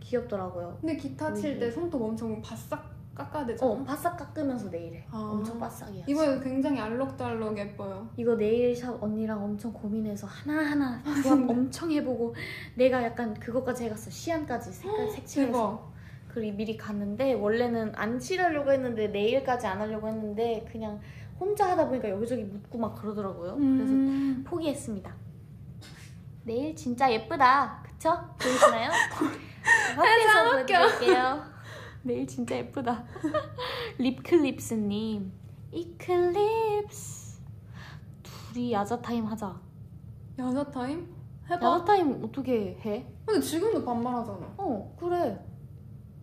S1: 귀엽더라고요.
S3: 근데 기타 칠 때 손톱 엄청 바싹 깎아대잖아.
S1: 음. 어 바싹 깎으면서 네일해.
S3: 아.
S1: 엄청 바싹이야.
S3: 이번에 굉장히 알록달록 예뻐요.
S1: 이거 네일샵 언니랑 엄청 고민해서 하나하나
S3: [LAUGHS]
S1: 조합 엄청 해보고 내가 약간 그것까지 해갔어 시안까지 색깔 색칠해서
S3: 대박.
S1: 그리고 미리 갔는데 원래는 안 칠하려고 했는데 내일까지 안 하려고 했는데 그냥 혼자 하다 보니까 여기저기 묻고 막 그러더라고요 그래서
S3: 음.
S1: 포기했습니다 내일 [LAUGHS] 진짜 예쁘다 그쵸? 보이시나요? 밖에서 보여드릴게요 [LAUGHS] 내일 진짜 [LAUGHS] 예쁘다. 립클립스님, 이클립스. 둘이 야자 타임 하자.
S3: 야자 타임? 해봐.
S1: 야자 타임 어떻게 해?
S3: 근데 지금도 반말하잖아.
S1: 어, 그래.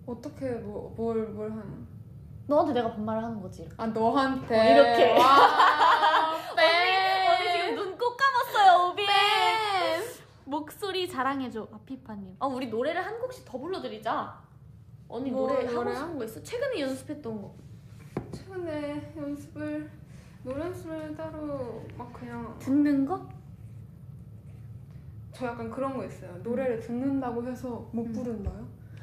S3: 어떻게 뭐 뭘 뭘 하는?
S1: 너한테 내가 반말을 하는 거지.
S3: 아 너한테
S1: 어, 이렇게.
S3: 와, 네.
S1: 언니 지금 눈 꼭 감았어요, 오비. 목소리 자랑해줘, 아피파님. 네. 어, 우리 노래를 한 곡씩 더 불러드리자. 언니
S3: 뭐,
S1: 노래 하고
S3: 노래요?
S1: 싶은 거 있어? 최근에 연습했던 거.
S3: 최근에 연습을 노래 연습을 따로 막 그냥
S1: 듣는 거?
S3: 저 약간 그런 거 있어요. 노래를 듣는다고 해서 못 부른다요?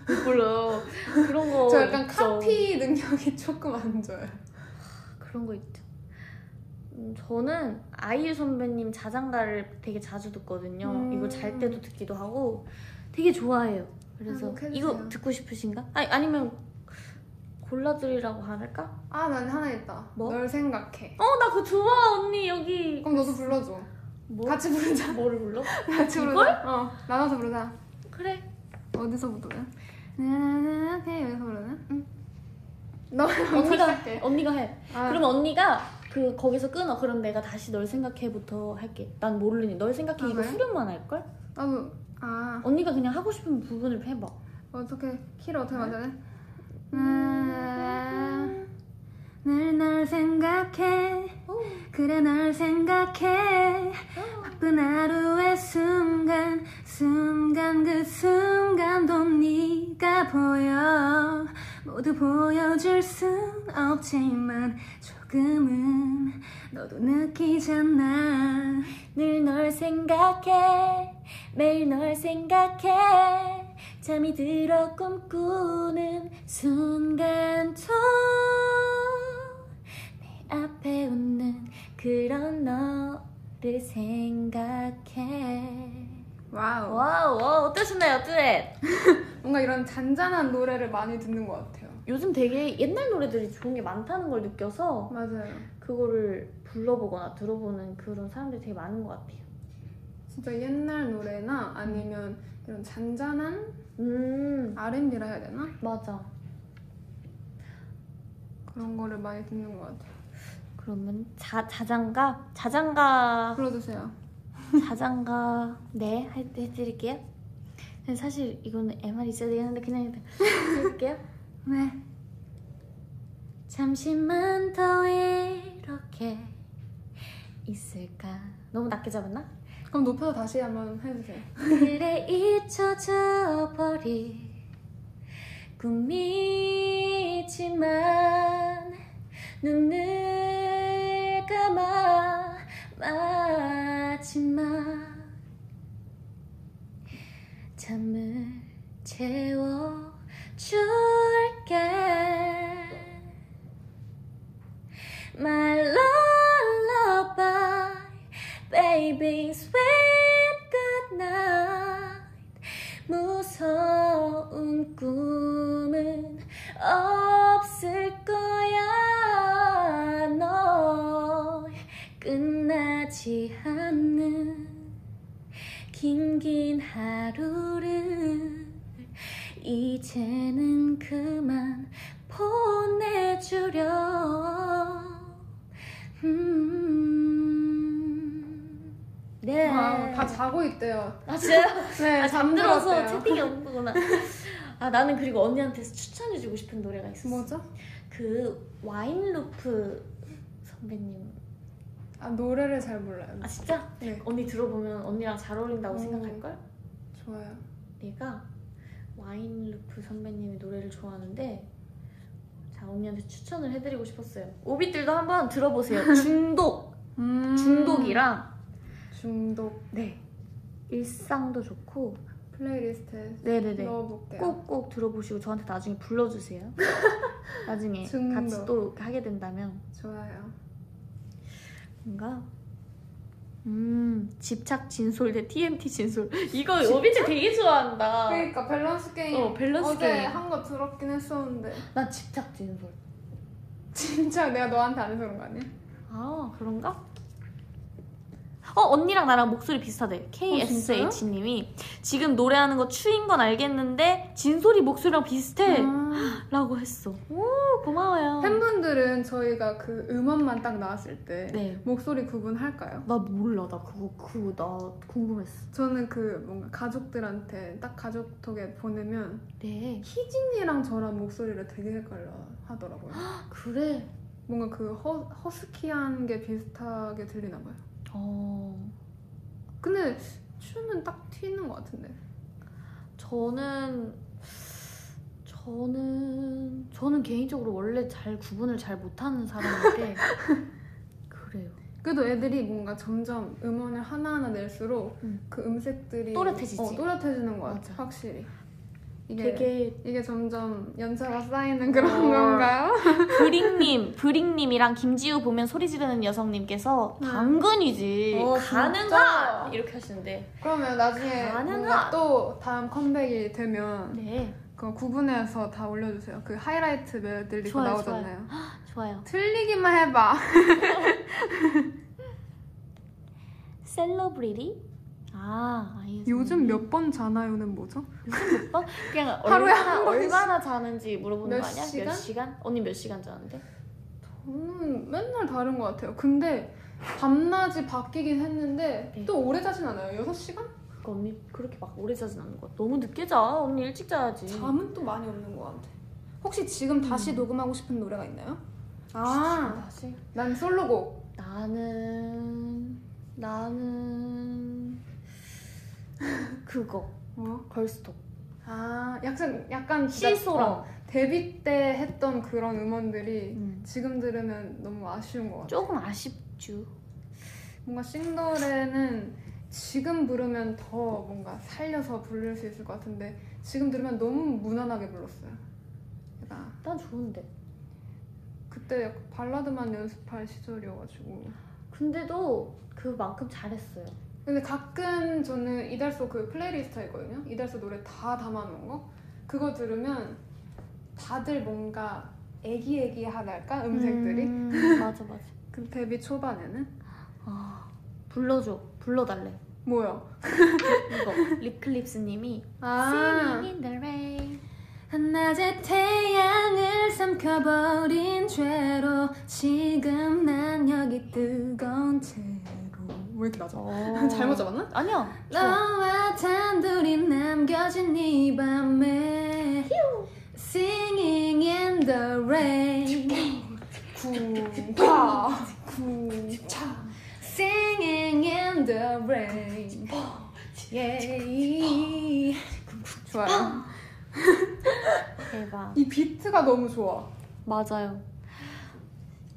S1: 못 불러. 그런 거.
S3: 저 약간
S1: 있죠.
S3: 카피 능력이 조금 안 좋아요.
S1: 그런 거 있죠. 음, 저는 아이유 선배님 자장가를 되게 자주 듣거든요.
S3: 음.
S1: 이거 잘 때도 듣기도 하고 되게 좋아해요. 그래서
S3: 한곡 해주세요.
S1: 이거 듣고 싶으신가? 아니, 아니면 골라드리라고 할까?
S3: 아, 난 하나 있다.
S1: 뭐?
S3: 널 생각해.
S1: 어, 나 그거 좋아, 언니, 여기.
S3: 그럼 너도 불러줘.
S1: 뭐?
S3: 같이 부르자.
S1: 뭐를 불러?
S3: 같이 부르자.
S1: 이걸?
S3: 어, 나눠서 부르자.
S1: 그래.
S3: 어디서부터요? 나나나나 여기서 부르는? 응. 너
S1: 언니가, 언니가 해.
S3: 아,
S1: 그럼 언니가 그, 거기서 끊어. 그럼 내가 다시 널 생각해부터 할게. 난 모르니. 널 생각해.
S3: 아,
S1: 이거
S3: 그래?
S1: 수련만 할걸?
S3: 나도 아
S1: 언니가 그냥 하고 싶은 부분을 해봐.
S3: 어떻게 키를 어떻게 맞아야 돼? 늘날 생각해 그래 널 생각해 바쁜 하루의 순간 순간 그 순간도 네가 보여 모두 보여줄 순 없지만 조금은 너도 느끼잖아
S1: 늘 널 생각해 매일 널 생각해 잠이 들어 꿈꾸는 순간도 내 앞에 웃는 그런 너를 생각해
S3: 와우
S1: 와우 어떠셨나요 뚜엣?
S3: 뭔가 이런 잔잔한 노래를 많이 듣는 것 같아요.
S1: 요즘 되게 옛날 노래들이 좋은 게 많다는 걸 느껴서
S3: 맞아요.
S1: 그거를 불러보거나 들어보는 그런 사람들이 되게 많은 것 같아요
S3: 진짜 옛날 노래나 아니면 이런 잔잔한
S1: 음
S3: R&B라 해야 되나?
S1: [LAUGHS] 맞아
S3: 그런 거를 많이 듣는 것 같아요.
S1: 그러면 자, 자장가?
S3: 아.
S1: 자장가,
S3: 불러주세요.
S1: 자장가, 네, 해, 해드릴게요. 근데 사실 이거는 MR 있어야 되겠는데 그냥 일단 해드릴게요.
S3: 네.
S1: 잠시만 더 이렇게 있을까? 너무 낮게 잡았나?
S3: 그럼 높여서 다시 한번 해주세요.
S1: 그래 잊혀져 버린 꿈이지만 눈을 감아 마지막 잠을 채워 줄게 My lullaby, baby, sweet good night. 무서운 꿈은 없을 거야. 너 끝나지 않는 긴긴 하루를 이제는 그만 보내주려. 음. 네.
S3: 와, 다 자고 있대요.
S1: 아, 진짜요?
S3: 네,
S1: 아, 잠들어서
S3: 예. 잠들었대요.
S1: 채팅이 온 거구나. 아, 나는 그리고 언니한테 추천해주고 싶은 노래가 있었어.
S3: 뭐죠?
S1: 그 와인루프 선배님.
S3: 아 노래를 잘 몰라요.
S1: 아, 진짜?
S3: 네,
S1: 언니 들어보면 언니랑 잘 어울린다고
S3: 음.
S1: 생각할걸?
S3: 좋아요.
S1: 내가 와인루프 선배님의 노래를 좋아하는데 자, 언니한테 추천을 해드리고 싶었어요. 오빛들도 한번 들어보세요. 중독! 음.
S3: 음.
S1: 중독이랑
S3: 중독
S1: 네. 일상도 좋고
S3: 플레이리스트에
S1: 네네네.
S3: 넣어볼게요.
S1: 꼭꼭 들어보시고 저한테 나중에 불러주세요. 나중에
S3: 중독.
S1: 같이 또 하게 된다면
S3: 좋아요.
S1: 뭔가 음 집착 진솔 대 TMT 진솔 [LAUGHS] 이거 오빈이 되게 좋아한다.
S3: 그러니까 밸런스 게임
S1: 어 밸런스
S3: 어제
S1: 게임.
S3: 한 거 들었긴 했었는데 [LAUGHS]
S1: 난 집착 진솔.
S3: 진짜 내가 너한테 안 해서 그런 거 아니야?
S1: 아 그런가? 아, 어 언니랑 나랑 목소리 비슷하대. KSH님이 지금 노래하는 거 추인 건 알겠는데 진솔이 목소리랑 비슷해라고 했어. 음. 오 고마워요.
S3: 음. 팬분들은 저희가 그 음원만 딱 나왔을 때
S1: 네.
S3: 목소리 구분할까요?
S1: 나 몰라 나 그거 그거 나 궁금했어.
S3: 저는 그 뭔가 가족들한테 딱 가족톡에 보내면
S1: 네
S3: 희진이랑 저랑 목소리를 되게 헷갈려
S1: [GASPS]
S3: 하더라고요.
S1: 그래.
S3: 뭔가 그 허, 허스키한 게 비슷하게 들리나 봐요.
S1: 어
S3: 근데 춤은 딱 튀는 것 같은데.
S1: 저는 저는 저는 개인적으로 원래 잘 구분을 잘 못하는 [LAUGHS] 사람인데 그래요.
S3: 그래도 애들이 뭔가 점점 음원을 하나하나 낼수록
S1: 음.
S3: 그 음색들이
S1: 또렷해지지.
S3: 어, 또렷해지는 것 같아.
S1: 맞아.
S3: 확실히. 이게
S1: 되게 어.
S3: 이게 점점 연차가 쌓이는 그런 건가요?
S1: 브릭님, 브릭님이랑 김지우 보면 소리 지르는 여성님께서 당근이지 그
S3: 어,
S1: 음. 가능하
S3: 진짜.
S1: 이렇게 하시는데
S3: 그러면 나중에
S1: 가능하-
S3: 뭔가 또 다음 컴백이 되면
S1: 네
S3: 그거 구분해서 다 올려주세요. 그 하이라이트 메들리 그거
S1: 좋아요,
S3: 나오잖아요.
S1: 좋아요.
S3: 틀리기만 해봐. [LAUGHS]
S1: 셀러브리티 아 아이유
S3: 요즘
S1: 선배님.
S3: 몇 번 자나요는 뭐죠?
S1: 몇 번? 그냥
S3: [LAUGHS] 하루에
S1: 얼마나,
S3: 한 번씩.
S1: 얼마나 자는지 물어보는
S3: 몇
S1: 거 아니야? 몇
S3: 시간?
S1: 시간? 언니 몇 시간 자는데?
S3: 저는 맨날 다른 것 같아요. 근데 밤낮이 바뀌긴 했는데
S1: 네.
S3: 또 오래 자진 않아요. 6시간?
S1: 그 언니 그렇게 막 오래 자진 않는 것 같아. 너무 늦게 자. 언니 일찍 자야지.
S3: 잠은 또 많이 없는 것 같아. 혹시 지금 다시 녹음하고 싶은 노래가 있나요? 아,
S1: 다시.
S3: 난 솔로곡.
S1: 나는 나는 그거
S3: 뭐?
S1: 걸스톱
S3: 아, 약간 약간 진짜
S1: 실소랑
S3: 어, 데뷔 때 했던 그런 음원들이
S1: 음.
S3: 지금 들으면 너무 아쉬운 것 같아.
S1: 조금 아쉽죠.
S3: 뭔가 싱더레는 지금 부르면 더 뭔가 살려서 부를 수 있을 것 같은데 지금 들으면 너무 무난하게 불렀어요. 약간
S1: 난 좋은데.
S3: 그때 약간 발라드만 연습할 시절이어가지고
S1: 근데도 그만큼 잘했어요.
S3: 근데 가끔 저는 이달소 그 플레이리스트가 있거든요 이달소 노래 다 담아놓은 거 그거 들으면 다들 뭔가 애기애기하달까 음색들이
S1: 음, 맞아 맞아.
S3: 그 데뷔 초반에는
S1: 아 불러줘 불러달래.
S3: 뭐야
S1: 이거 립클립스님이
S3: 아
S1: Singing in the rain.
S6: 한낮의 태양을 삼켜버린 죄로 지금 난 여기 뜨거운 채로
S3: 왜 이렇게 낮아
S6: [LAUGHS]
S3: 잘못 잡았나?
S1: 어. 아니야. 좋아.
S6: 너와 단둘이 남겨진 이 밤에 Singing in the rain
S3: 쿵파 쿵차
S6: Singing in the rain yeah.
S3: 좋아요
S1: 대박.
S3: 이 비트가 너무 좋아
S1: 맞아요.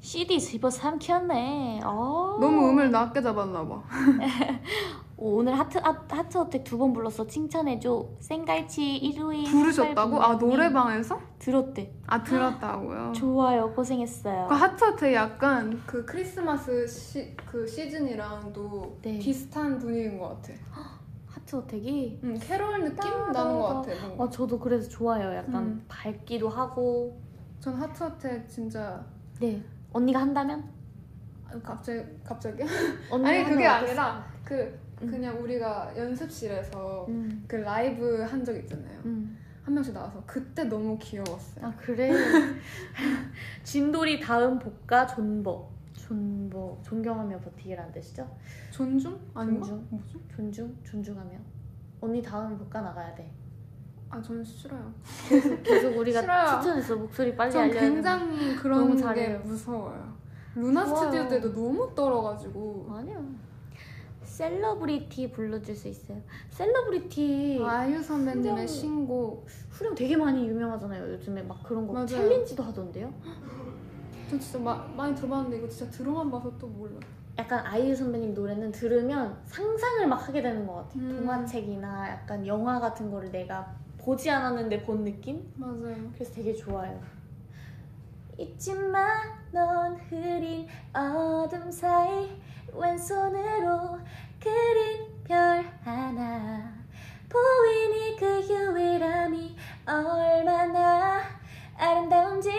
S1: CD 집어 삼켰네. 어.
S3: 너무 음을 낮게 잡았나봐
S1: 오늘 하트 하, 하트 어택 두 번 불렀어. 칭찬해줘. 생갈치 1호인
S3: 부르셨다고? 아 노래방에서?
S1: 들었대.
S3: 아 들었다고요
S1: 좋아요. 고생했어요.
S3: 그 하트하트 약간 그 크리스마스 시, 그 시즌이랑도
S1: 네.
S3: 비슷한 분위기인 것 같아.
S1: 하트 어택이
S3: 음, 캐롤 느낌
S1: 따라가.
S3: 나는 것 같아. 뭔가.
S1: 아 저도 그래서 좋아요. 약간
S3: 음.
S1: 밝기도 하고.
S3: 전 하트하트 진짜
S1: 네. 언니가 한다면? 아,
S3: 갑자기 갑자기
S1: 언니가
S3: 아니 그게
S1: 한다면
S3: 아니라 그 그냥 우리가 연습실에서
S1: 어땠- 음.
S3: 그 라이브 한 적 있잖아요.
S1: 음.
S3: 한 명씩 나와서 그때 너무 귀여웠어요.
S1: 아 그래. [LAUGHS] 진돌이 다음 복가 존버. 존버. 존경하며 버티기란 뜻이죠?
S3: 존중 아닌가?
S1: 존중.
S3: 뭐죠?
S1: 존중. 존중하며. 언니 다음 복가 나가야 돼.
S3: 아 저는 싫어요.
S1: 계속 우리가
S3: 싫어요.
S1: 추천했어. 목소리 빨리
S3: 전
S1: 알려야 돼.
S3: 굉장히 그런
S1: [LAUGHS] 너무
S3: 게
S1: 잘해요.
S3: 무서워요. 루나
S1: 좋아요.
S3: 스튜디오 때도 너무 떨어가지고
S1: 아니요. 셀러브리티 불러줄 수 있어요. 셀러브리티
S3: 아이유 선배님의
S1: 예. 신기한-
S3: 신곡
S1: 후렴 되게 많이 유명하잖아요. 요즘에 막 그런 거
S3: 맞아요.
S1: 챌린지도 하던데요.
S3: 저 진짜 마- 많이 들어봤는데 이거 진짜 들어만 봐서 또 몰라.
S1: 약간 아이유 선배님 노래는 들으면 상상을 막 하게 되는 것 같아요.
S3: 음.
S1: 동화책이나 약간 영화 같은 거를 내가 보지 않았는데 본 느낌?
S3: 맞아요.
S1: 그래서 되게 좋아요. 있지만 넌 흐린 어둠 사이 왼손으로 그린 별 하나 보이니 그 유일함이 얼마나 아름다운지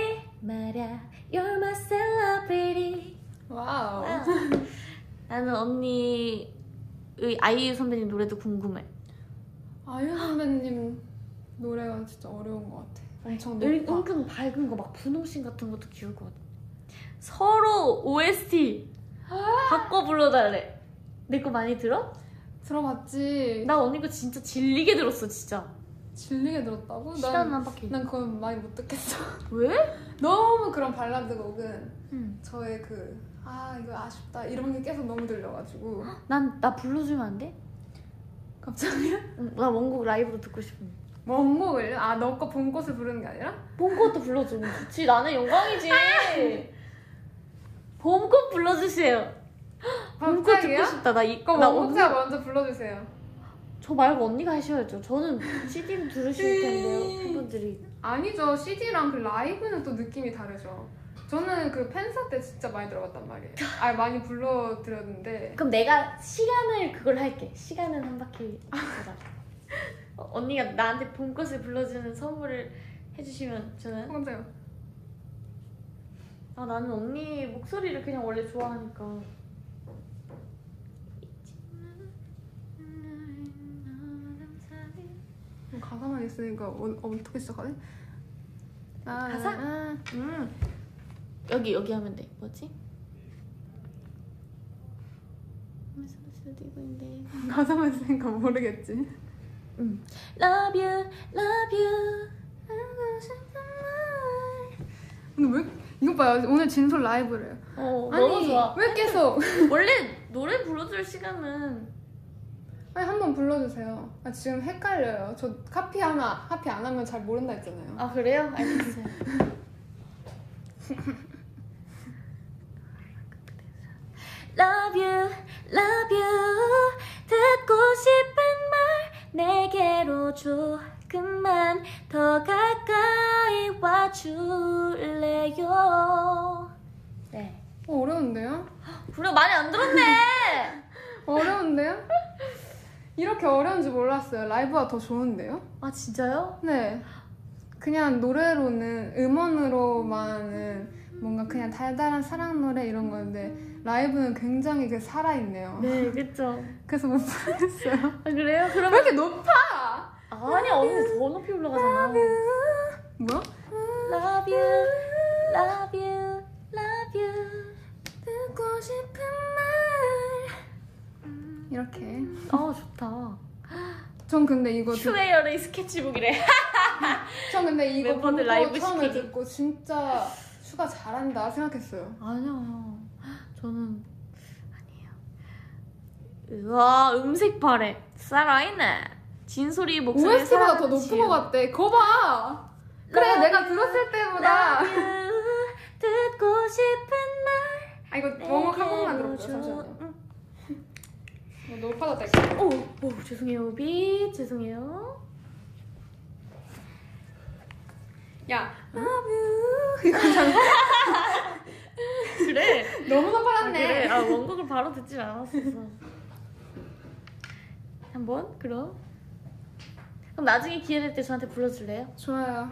S1: 말야 You're my celebrity
S3: 와우.
S1: 나는 언니 우리 아이유 선배님 노래도 궁금해.
S3: 아유 선배님 노래가 진짜 어려운 것 같아. 엄청
S1: 은-
S3: 높아.
S1: 은근 밝은 거 막 분홍신 같은 것도 귀여울 것 같아. 서로 OST 바꿔 불러달래. 내 거 많이 들어?
S3: 들어봤지.
S1: 나 언니 거 진짜 질리게 들었어 진짜.
S3: 질리게 들었다고?
S1: 시간
S3: 난,
S1: 한 바퀴.
S3: 난 그건 많이 못 듣겠어. [LAUGHS]
S1: 왜?
S3: 너무 그런 발라드 곡은
S1: 음.
S3: 저의 그, 아, 이거 아쉽다. 이런 게 계속 너무 들려가지고.
S1: 난 나 불러주면 안 돼?
S3: 갑자기?
S1: 응, 나 원곡 라이브로 듣고 싶은데.
S3: 원곡을? 아, 너 거 본 곳을 부르는 게 아니라?
S1: 본 것도 불러줘. 좋지 나는 [LAUGHS] 영광이지. 봄꽃 불러주세요. 봄꽃 듣고
S3: 갑자기요?
S1: 싶다. 나 이거
S3: 그럼
S1: 나
S3: 원곡자 먼저 불러주세요.
S1: 저 말고 언니가 하셔야죠. 저는 [LAUGHS] CD를 들으실 텐데요, 팬분들이.
S3: 아니죠. CD랑 그 라이브는 또 느낌이 다르죠. 저는 그 팬사 때 진짜 많이
S1: [LAUGHS]
S3: 들어봤단 말이에요. 아, 많이 불러드렸는데.
S1: 그럼 내가 시간을 그걸 할게. 시간은 한 바퀴 보다. [LAUGHS] 어, 언니가 나한테 봄꽃을 불러주는 선물을 해주시면 저는
S3: 혼자요.
S1: 아 나는 언니 목소리를 그냥 원래 좋아하니까
S3: 어, 가사만 있으니까 어, 어떻게 시작하지? 아,
S1: 가사?
S3: 아, 음.
S1: 여기 여기 하면 돼 뭐지? 하면서 수도 있고 있는데.
S3: 가사만 있으니까 모르겠지.
S1: Love you, love you.
S3: 근데 왜 이거 봐요. 오늘 진솔 라이브를 해요.
S1: 어 너무 좋아.
S3: 왜 계속?
S1: 원래 노래 불러줄 시간은
S3: 아니 한번 불러주세요. 아 지금 헷갈려요. 저 카피 하나 카피 안 하면 잘 모른다 했잖아요.
S1: 아 그래요? 알겠어요. love you, love you. 듣고 싶은 말 내게로 조금만 더 가까이 와줄래요? 네.
S3: 어, 어려운데요?
S1: 그래 많이 안 들었네.
S3: 어려운데요? 이렇게 어려운지 몰랐어요. 라이브가 더 좋은데요?
S1: 아 진짜요?
S3: 네. 그냥 노래로는 음원으로만은 뭔가 그냥 달달한 사랑 노래 이런 건데 라이브는 굉장히 그 살아있네요.
S1: 네, [LAUGHS] 그쵸.
S3: 그래서 못 부르겠어요.
S1: 아 그래요?
S3: 왜 이렇게 높아?
S1: 아니 언니 더 높이 올라가잖아.
S3: 뭐야?
S1: Love you, love you, love you. 듣고 싶은 말.
S3: 이렇게.
S1: 어 좋다.
S3: 전 근데 이거 듣-
S1: 큐웨어의 스케치북이래.
S3: 전 근데 이거
S1: 멤버들
S3: 보고
S1: 라이브
S3: 처음에
S1: 시키기.
S3: 듣고 진짜 슈가 잘한다 생각했어요.
S1: 아니요, 저는 아니에요. 우와 음색 발에 살아있네. 진솔이 목소리
S3: OST보다 더 높은 것 같대. 거 봐. 그래 내가 들었을 때보다.
S1: 듣고 싶은 말.
S3: 아 이거 원곡 한 번만 들어보자. 잠시만요. 이거 어? 너무 파다 될
S1: 오, 오 죄송해요 비 죄송해요.
S3: 야 [LAUGHS]
S1: 그래.
S3: 너무나
S1: 아,
S3: 빨았네.
S1: 그래. 아 원곡을 바로 듣진 않았었어. 한번 그럼. 그럼 나중에 기회 될 때 저한테 불러줄래요?
S3: 좋아요.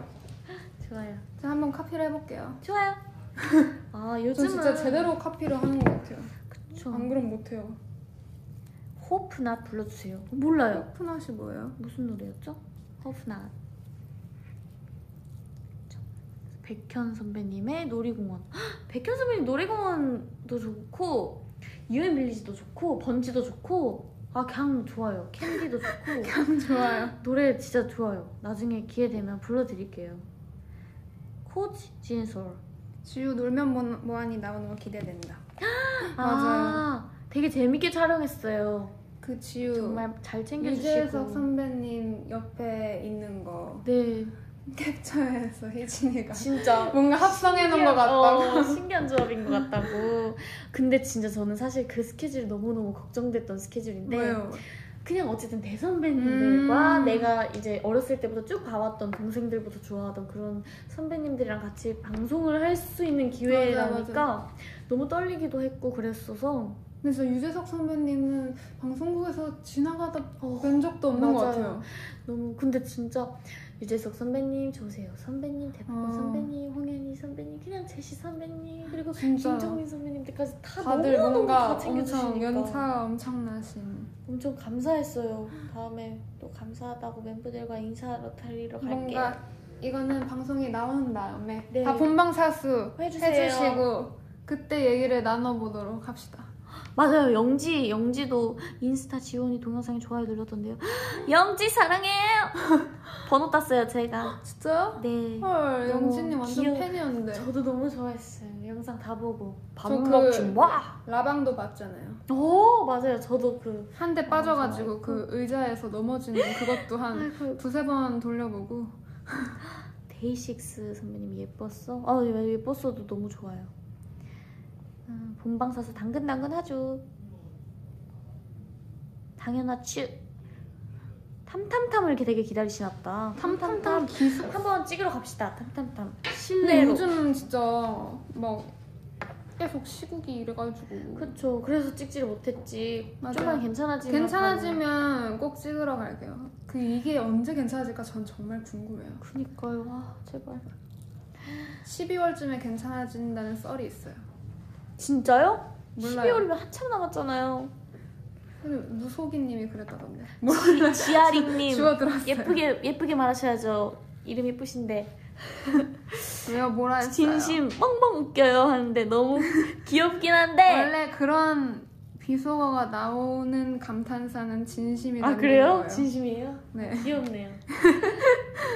S1: 좋아요.
S3: 제가 한번 카피를 해볼게요.
S1: 좋아요. [LAUGHS] 아
S3: 저
S1: 요즘은 어.
S3: 진짜 제대로 카피를 하는 것 같아요.
S1: 그쵸.
S3: 안 그럼 못해요.
S1: 호프나 불러주세요. 몰라요.
S3: 푸나시 뭐예요?
S1: 무슨 노래였죠? 허프나 백현 선배님의 놀이공원 헉, 백현 선배님 놀이공원도 좋고 유엔 빌리지도 좋고 번지도 좋고 아 그냥 좋아요 캔디도
S3: [LAUGHS]
S1: 좋고
S3: 좋아요.
S1: 노래 진짜 좋아요 나중에 기회 되면 [LAUGHS] 불러드릴게요 코지 진솔
S3: 지우 놀면 뭐- 뭐하니 나오는 거 기대된다.
S1: 아, 되게 재밌게 촬영했어요
S3: 그 지우
S1: 정말 잘
S3: 유재석
S1: 챙겨주시고
S3: 선배님 옆에 있는 거
S1: 네
S3: 캡처해서 혜진이가
S1: 진짜
S3: 뭔가 합성해 놓은 것 같다고.
S1: 어, 신기한 조합인 것 같다고. 근데 진짜 저는 사실 그 스케줄 너무너무 걱정됐던 스케줄인데
S3: 왜요?
S1: 그냥 어쨌든 대선배님들과
S3: 음.
S1: 내가 이제 어렸을 때부터 쭉 봐왔던 동생들부터 좋아하던 그런 선배님들이랑 같이 방송을 할 수 있는 기회라니까
S3: 맞아,
S1: 너무 떨리기도 했고 그랬어서
S3: 근데 진짜 유재석 선배님은 방송국에서 지나가다 뵌 적도 없는 것
S1: 어. 맞아요.
S3: 같아요.
S1: 너무 근데 진짜 유재석 선배님, 조세호 선배님, 대박
S3: 어.
S1: 선배님, 홍현희 선배님, 그냥 제시 선배님 그리고
S3: 진짜
S1: 김정민 선배님들까지 다
S3: 다들
S1: 너무 너무
S3: 뭔가
S1: 다
S3: 엄청
S1: 챙겨주시니까
S3: 연차가 엄청나신
S1: 엄청 감사했어요. 다음에 또 감사하다고 멤버들과 인사하러 달리러 갈게요.
S3: 뭔가 이거는 방송이 나온 다음에
S1: 네.
S3: 다 본방사수
S1: 해주세요.
S3: 해주시고 그때 얘기를 나눠보도록 합시다.
S1: 맞아요. 영지, 영지도 인스타 지원이 동영상에 좋아요 눌렀던데요. [GASPS] 영지 사랑해요. [LAUGHS] 번호 땄어요, 제가.
S3: 진짜?
S1: 네.
S3: 헐 영진님 완전
S1: 귀여워.
S3: 팬이었는데
S1: 저도 너무 좋아했어요. 영상 다 보고
S3: 저
S1: 밥 뭐.
S3: 그-
S1: 먹춤 와.
S3: 라방도 봤잖아요.
S1: 오 어, 맞아요. 저도 그
S3: 한 대 빠져가지고 그
S1: [LAUGHS]
S3: 의자에서 넘어지는 그것도 한
S1: 어. 아이고.
S3: 두세 번 돌려보고
S1: 데이식스 선배님 예뻤어. 아 예, 예뻤어도 너무 좋아요. 음, 본방 사수 당근당근 하죠. 당연하죠. 탐탐탐을 이렇게 되게 기다리시나 보다. 탐탐탐 기습 한번 찍으러 갑시다. 탐탐탐.
S3: 근데
S1: 실내로.
S3: 요즘은 진짜 막 계속 시국이 이래가지고
S1: 그쵸. 그래서 찍지를 못했지.
S3: 맞아요.
S1: 좀만 괜찮아지면.
S3: 괜찮아지면 꼭 찍으러 갈게요. 그 이게 언제 괜찮아질까 전 정말 궁금해요.
S1: 바로. 그니까요. 와 제발.
S3: 12월쯤에 괜찮아진다는 썰이 있어요.
S1: 진짜요?
S3: 몰라요.
S1: 12월이면 한참 남았잖아요.
S3: 무속이님이 그랬다던데.
S1: 지아리님.
S3: [LAUGHS] 주워들었어요.
S1: 예쁘게 예쁘게 말하셔야죠. 이름 예쁘신데
S3: 왜요? 뭐라 했어요?
S1: 진심 뻥뻥 웃겨요 하는데 너무 [LAUGHS] 귀엽긴 한데
S3: 원래 그런 비속어가 나오는 감탄사는 진심이라는
S1: 아 그래요?
S3: 거예요.
S1: 진심이에요?
S3: 네.
S1: 귀엽네요.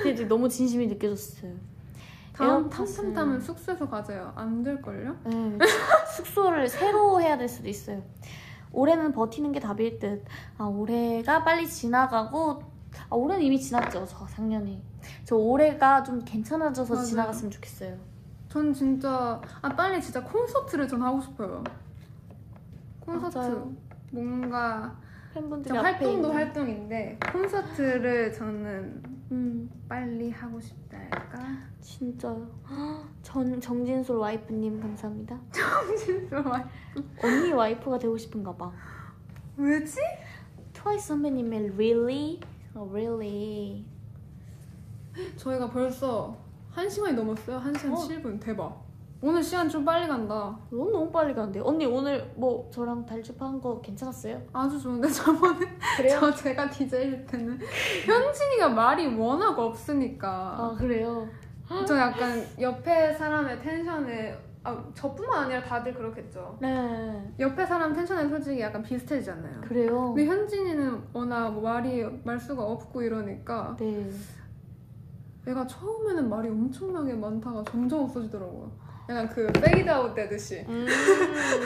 S1: 근데 너무 진심이 느껴졌어요. 에어팟은-
S3: 다음 탐탐탐은 숙소에서 가져요. 안 될걸요?
S1: 네, 숙소를 새로 해야 될 수도 있어요. 올해는 버티는 게 답일 듯. 아 올해가 빨리 지나가고 아 올해는 이미 지났죠. 저 작년이 저 올해가 좀 괜찮아져서
S3: 맞아요.
S1: 지나갔으면 좋겠어요.
S3: 전 진짜 아 빨리 진짜 콘서트를 전 하고 싶어요. 콘서트
S1: 맞아요.
S3: 뭔가
S1: 팬분들이
S3: 저
S1: 앞에
S3: 활동도
S1: 있는-
S3: 활동인데 콘서트를 저는
S1: 음.
S3: 빨리 하고 싶달까. [LAUGHS]
S1: 진짜요. 전 정진솔 와이프님 감사합니다.
S3: 정말
S1: 언니 와이프가 되고 싶은가 봐.
S3: 왜지?
S1: 트와이스 선배님의 Really? 어, really.
S3: 저희가 벌써 1 시간이 넘었어요. 1 시간
S1: 어.
S3: 7분 대박. 오늘 시간 좀 빨리 간다.
S1: 너무 너무 빨리 가는데. 언니 오늘 뭐 저랑 달주파한 거 괜찮았어요?
S3: 아주 좋은데 [LAUGHS] 저번에 저 제가 DJ일 때는 현진이가 말이 워낙 없으니까
S1: 아 그래요.
S3: 저 약간 옆에 사람의 텐션에 아, 저뿐만 아니라 다들 그렇겠죠.
S1: 네.
S3: 옆에 사람 텐션에 솔직히 약간 비슷해지잖아요.
S1: 그래요.
S3: 근데 현진이는 워낙 말이 말수가 없고 이러니까
S1: 네.
S3: 얘가 처음에는 말이 엄청나게 많다가 점점 없어지더라고요. 약간 그 페이드 아웃 되듯이.
S1: 음,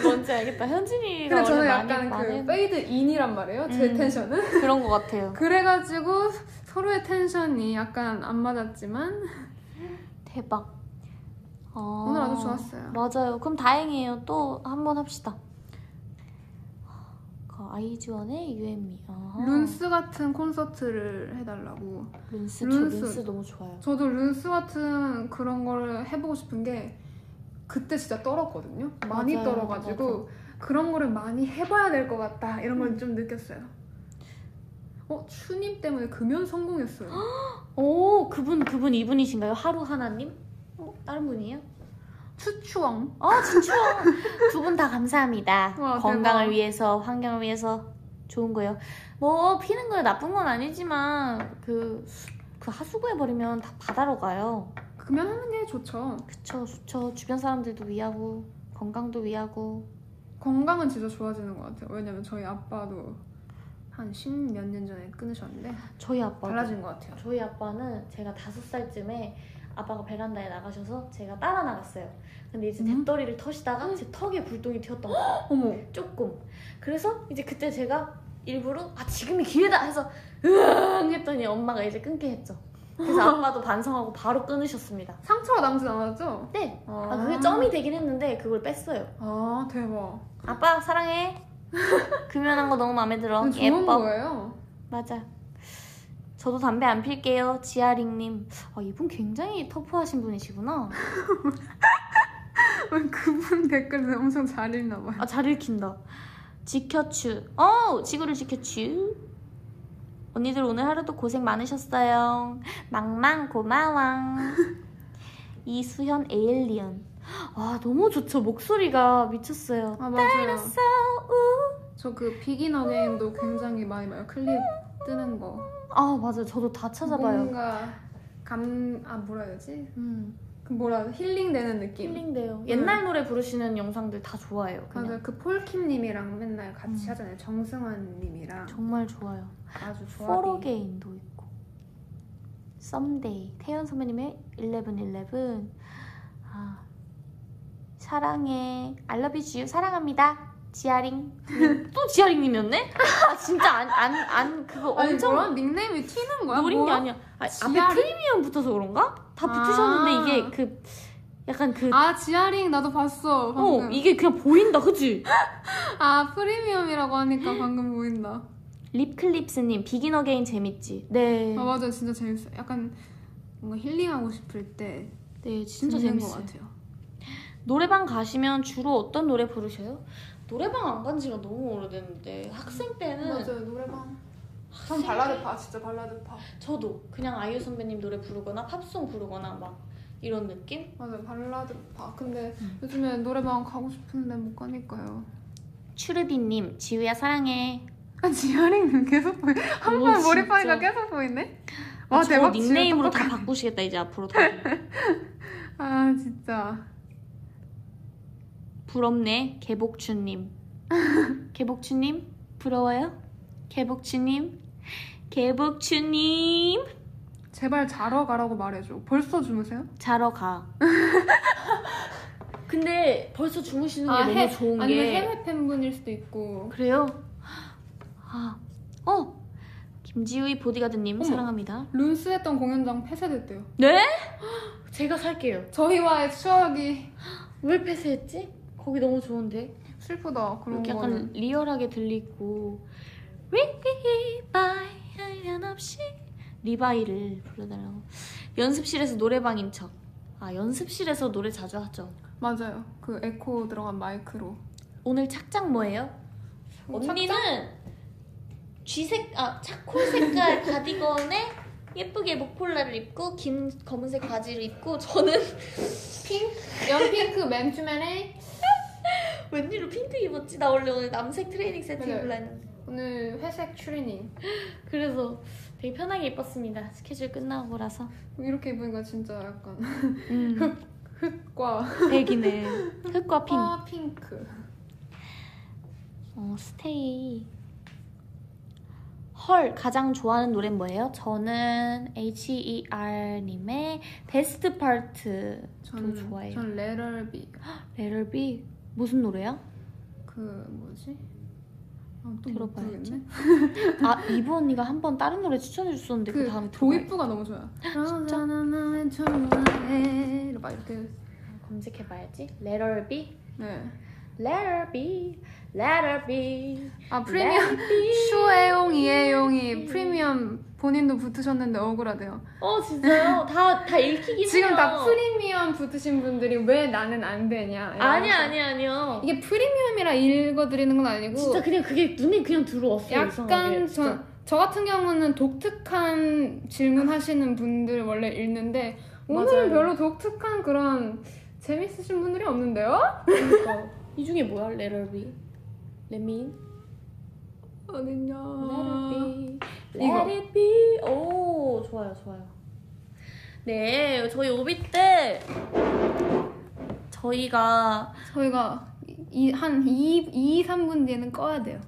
S1: 뭔지 알겠다. 현진이가
S3: 근데 저는
S1: 원래
S3: 약간
S1: 많이
S3: 그
S1: 많은
S3: 페이드 인이란 말이에요. 제
S1: 음.
S3: 텐션은.
S1: 그런 것 같아요.
S3: 그래가지고 서로의 텐션이 약간 안 맞았지만
S1: 대박. 아,
S3: 오늘 아주 좋았어요.
S1: 맞아요. 그럼 다행이에요. 또 한 번 합시다. 그 아이즈원의 유앤미. 아하.
S3: 룬스 같은 콘서트를 해달라고.
S1: 룬스.
S3: 룬스.
S1: 저 룬스 너무 좋아요.
S3: 저도 룬스 같은 그런 거를 해보고 싶은 게 그때 진짜 떨었거든요. 많이
S1: 맞아요, 음.
S3: 떨어가지고 그런 거를 많이 해봐야 될 것 같다 이런 걸 좀 느꼈어요. 어 추님 때문에 금연
S1: [GASPS]
S3: 성공했어요.
S1: 오 그분 그분 이분이신가요? 하루 하나님? 어, 다른 분이에요?
S3: 추추왕.
S1: 아 진짜 [LAUGHS] 두 분 다 감사합니다.
S3: 와,
S1: 건강을
S3: 대박.
S1: 위해서 환경을 위해서 좋은 거예요. 뭐 피는 거 나쁜 건 아니지만 그. 수- 그 하수구에 버리면 다 바다로 가요.
S3: 금연하는 게 좋죠.
S1: 그쵸, 좋죠. 주변 사람들도 위하고 건강도 위하고
S3: 건강은 진짜 좋아지는 것 같아요. 왜냐면 저희 아빠도 한 십 몇 년 전에 끊으셨는데
S1: 저희 아빠
S3: 달라진 것 같아요.
S1: 저희 아빠는 제가 다섯 살쯤에 아빠가 베란다에 나가셔서 제가 따라 나갔어요. 근데 이제
S3: 음.
S1: 뱃더리를 터시다가 제 턱에 불똥이 튀었던 거예요.
S3: 어머
S1: 조금. 그래서 이제 그때 제가 일부러 아 지금이 기회다 해서 으응 했더니 엄마가 이제 끊게 했죠. 그래서 [LAUGHS] 아빠도 반성하고 바로 끊으셨습니다.
S3: 상처가 남진 않았죠?
S1: 네.
S3: 아,
S1: 아, 그게 점이 되긴 했는데 그걸 뺐어요.
S3: 아 대박.
S1: 아빠 사랑해. [LAUGHS] 금연한 거 너무 마음에 들어.
S3: 근데 좋은
S1: 아, 예뻐.
S3: 거예요. [LAUGHS]
S1: 맞아. 저도 담배 안 필게요, 지아링님. 아, 이분 굉장히 터프하신 분이시구나.
S3: 그분 댓글 엄청 잘 읽나 봐요.
S1: 아, 잘 읽힌다. 지켜추. 어, 지구를 지켜추. 언니들 오늘 하루도 고생 많으셨어요. 망망
S3: [LAUGHS]
S1: 고마왕. 이수현 에일리언. 아, 너무 좋죠. 목소리가 미쳤어요.
S3: 아 맞아요.
S1: So, 우.
S3: 저 그 비긴 어게인도 굉장히 많이 봐요. 클립 뜨는 거.
S1: 아, 맞아요. 저도 다 찾아봐요.
S3: 뭔가 감 아 뭐라 해야 되지?
S1: 음,
S3: 그 뭐라 해야 돼? 힐링 되는 느낌.
S1: 힐링돼요. 옛날 노래 부르시는 영상들 다 좋아해요. 그냥.
S3: 맞아요. 그 폴킴님이랑 맨날 같이
S1: 음.
S3: 하잖아요. 정승환님이랑
S1: 정말 좋아요.
S3: 아주 좋아해.
S1: 포로게인도 있고 썸데이 태연 선배님의 1111 아, 사랑해 I love you 사랑합니다 지아링 음, 또 지아링님이었네? 아, 진짜 안 안 안 그거
S3: 아니
S1: 엄청
S3: 뭐야? 닉네임이 튀는 거야?
S1: 노린 게
S3: 뭐야?
S1: 아니야 아, 앞에
S3: 지아링?
S1: 프리미엄 붙어서 그런가? 다
S3: 아.
S1: 붙으셨는데 이게 그 약간 그
S3: 아 지아링 나도 봤어
S1: 어,
S3: 방금
S1: 이게 그냥 보인다, 그치?
S3: 아 프리미엄이라고 하니까 방금 보인다
S1: 립클립스님, 비긴 어게인 재밌지? 네.
S3: 아 맞아 진짜 재밌어 약간 뭔가 힐링하고 싶을 때
S1: 네, 진짜
S3: 듣는
S1: 재밌어요.
S3: 것 같아요
S1: 노래방 가시면 주로 어떤 노래 부르셔요? 노래방 안 간 지가 너무 오래됐는데 학생 때는
S3: 노래방
S1: 전 발라드
S3: 파 진짜 발라드 파
S1: 저도 그냥 아이유 선배님 노래 부르거나 팝송 부르거나 막 이런 느낌?
S3: 맞아 발라드 파 근데
S1: 음.
S3: 요즘에 노래방 가고 싶은데 못 가니까요
S1: 추르비님 지우야 사랑해
S3: 아 지아링 계속 보이
S1: 오,
S3: 한번
S1: 어, 진짜.
S3: 머리파이가 계속 보이네 와
S1: 아, 저거
S3: 대박 지금
S1: 닉네임으로
S3: 똑똑하-
S1: 다 바꾸시겠다 이제 앞으로 [LAUGHS] 다들.
S3: 아 진짜
S1: 부럽네 [LAUGHS] 개복추님 개복추님 부러워요? 개복추님 개복추님
S3: 제발 자러 가라고 말해줘 벌써 주무세요?
S1: 자러 가 근데 벌써 주무시는 게 너무 좋은
S3: 아니면
S1: 게
S3: 해외 팬분일 수도 있고
S1: 그래요? 아, 어 김지우의 보디가드님 사랑합니다.
S3: 룬스 했던 공연장 폐쇄됐대요
S1: 네? 제가 살게요.
S3: 저희와의 추억이
S1: 왜 폐쇄했지? 거기 너무 좋은데.
S3: 슬프다 그런
S1: 이렇게
S3: 거는
S1: 약간 리얼하게 들리고 리바이 하연 없이 리바이를 불러달라고 연습실에서 노래방인 척. 아 연습실에서 노래 자주 하죠.
S3: 맞아요 그 에코 들어간 마이크로
S1: 오늘 착장 뭐예요? 언니는 쥐색 아 차콜 색깔 [LAUGHS] 가디건에 예쁘게 목폴라를 입고 긴 검은색 바지를 입고 저는 [LAUGHS]
S3: 연핑크 맨투맨에
S1: 웬일로 핑크 입었지? 나 원래 오늘 남색 트레이닝 세트
S3: 맞아요.
S1: 입으려 했는데
S3: 오늘 회색 추리닝
S1: 네. 그래서 되게 편하게 입었습니다 스케줄 끝나고라서
S3: 이렇게 입으니까 진짜 약간
S1: 음
S3: 과
S1: 백이네 흑과 핑
S3: 과 핑크
S1: 어, 스테이 헐 가장 좋아하는 노래 뭐예요? 저는 E H.E.R님의 베스트 파트
S3: 저는
S1: 좋아해요.
S3: 전 레럴비
S1: 레럴비 무슨 노래야?
S3: 그 뭐지? 아, 또
S1: 들어봐야지.
S3: 모르겠네.
S1: 아 이브 언니가 한 번 다른 노래 추천해 줬었는데 그,
S3: 그
S1: 다음에 들어봐야지.
S3: 도입부가 너무 좋아요. 진짜? 좋아해. 막 이렇게
S1: 검색해봐야지 레럴비
S3: 네.
S1: 레럴비 레럴비
S3: 아 프리미엄 슈애용 이애용이 프리미엄 본인도 붙으셨는데 억울하대요.
S1: 어 진짜요? 다 다 읽히긴
S3: 지금
S1: 해요.
S3: 다 프리미엄 붙으신 분들이 왜 나는 안 되냐?
S1: 아니 아니 아니요.
S3: 이게 프리미엄이라 읽어드리는 건 아니고
S5: 진짜 그냥 그게 눈에 그냥 들어왔어.
S3: 약간
S5: 이상하게.
S3: 저, 저 같은 경우는 독특한 질문 하시는 분들 원래 읽는데 오늘은
S5: 맞아요.
S3: 별로 독특한 그런 재밌으신 분들이 없는데요?
S1: 어,
S5: 이 중에 뭐야? 레럴비. 레민.
S3: 어딨냐?
S1: Let it be,
S3: 아. 이거.
S1: let it be. 오 좋아요 좋아요. 네 저희 오비 때 저희가,
S3: 저희가 이, 한 2, 2, 3분 뒤에는 꺼야 돼요.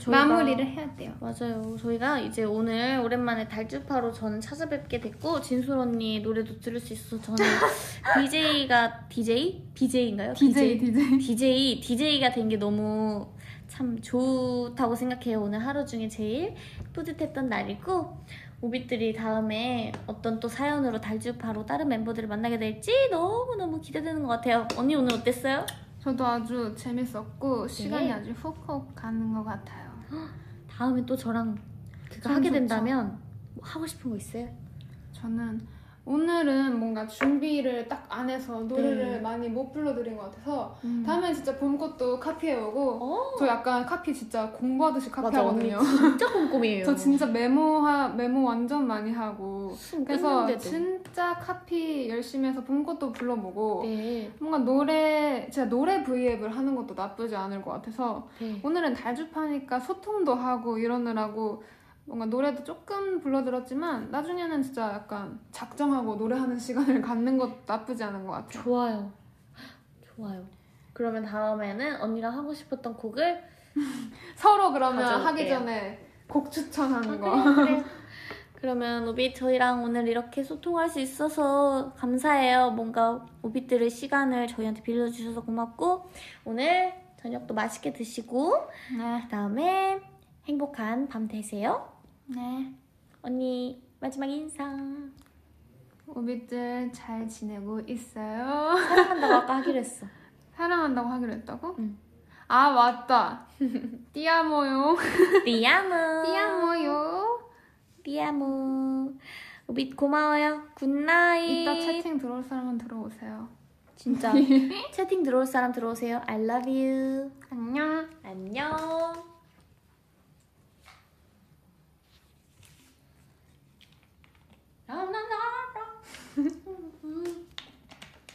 S1: 저희가-
S3: 마무리를 해야 돼요.
S1: 맞아요. 저희가 이제 오늘 오랜만에 달주파로 저는 찾아뵙게 됐고 진솔 언니 노래도 들을 수 있어서 저는 [LAUGHS] DJ가 DJ BJ인가요?
S3: DJ, DJ.
S1: DJ, DJ가 된 게 너무 참 좋다고 생각해요. 오늘 하루 중에 제일 뿌듯했던 날이고 오빛들이 다음에 어떤 또 사연으로 달주파로 다른 멤버들을 만나게 될지 너무너무 기대되는 것 같아요. 언니 오늘 어땠어요?
S3: 저도 아주
S4: 네.
S3: 재밌었고 시간이 아주 훅훅 가는 것 같아요.
S1: 다음에 또 저랑 그거
S3: 참
S1: 하게
S3: 좋죠.
S1: 된다면 뭐 하고 싶은 거 있어요?
S3: 저는 오늘은 뭔가 준비를 딱 안 해서
S4: 네.
S3: 노래를 많이 못 불러드린 것 같아서 다음에 진짜 봄 것도 카피해오고 저 약간 카피 진짜 공부하듯이 카피하거든요.
S1: 진짜 꼼꼼해요.
S3: 저 진짜 메모하 메모 완전 많이 하고 그래서
S4: 끊는데도.
S3: 진짜 카피 열심히 해서 본 것도 불러보고
S4: 네.
S3: 뭔가 노래 제가 노래 브이앱을 하는 것도 나쁘지 않을 것 같아서
S4: 네.
S3: 오늘은 달주파니까 소통도 하고 이러느라고 뭔가 노래도 조금 불러들었지만 나중에는 진짜 약간 작정하고 노래하는 [LAUGHS] 시간을 갖는 것도 나쁘지 않은 것 같아요.
S4: 좋아요. 좋아요. 그러면 다음에는 언니랑 하고 싶었던 곡을
S3: 서로 그러면
S4: 가져올게요.
S3: 하기 전에 곡 추천하는 거.
S4: 그러면 오비 저희랑 오늘 이렇게 소통할 수 있어서 감사해요. 뭔가 오비들의 시간을 저희한테 빌려주셔서 고맙고 오늘 저녁도 맛있게 드시고 그다음에 행복한 밤 되세요. 네. 언니 마지막 인상.
S3: 우비들 잘 지내고 있어요.
S4: 사랑한다고 아까 하기로 했어.
S3: 사랑한다고 하기로 했다고?
S4: 응.
S3: 아 맞다. [LAUGHS] 띠아모요.
S4: 리아무.
S3: 띠아모요.
S4: 리아무. 오비 고마워요. 굿나잇.
S3: 이따 채팅 들어올 사람은 들어오세요. [LAUGHS]
S4: 진짜 채팅 들어올 사람 들어오세요. I love you.
S3: 안녕.
S4: 안녕.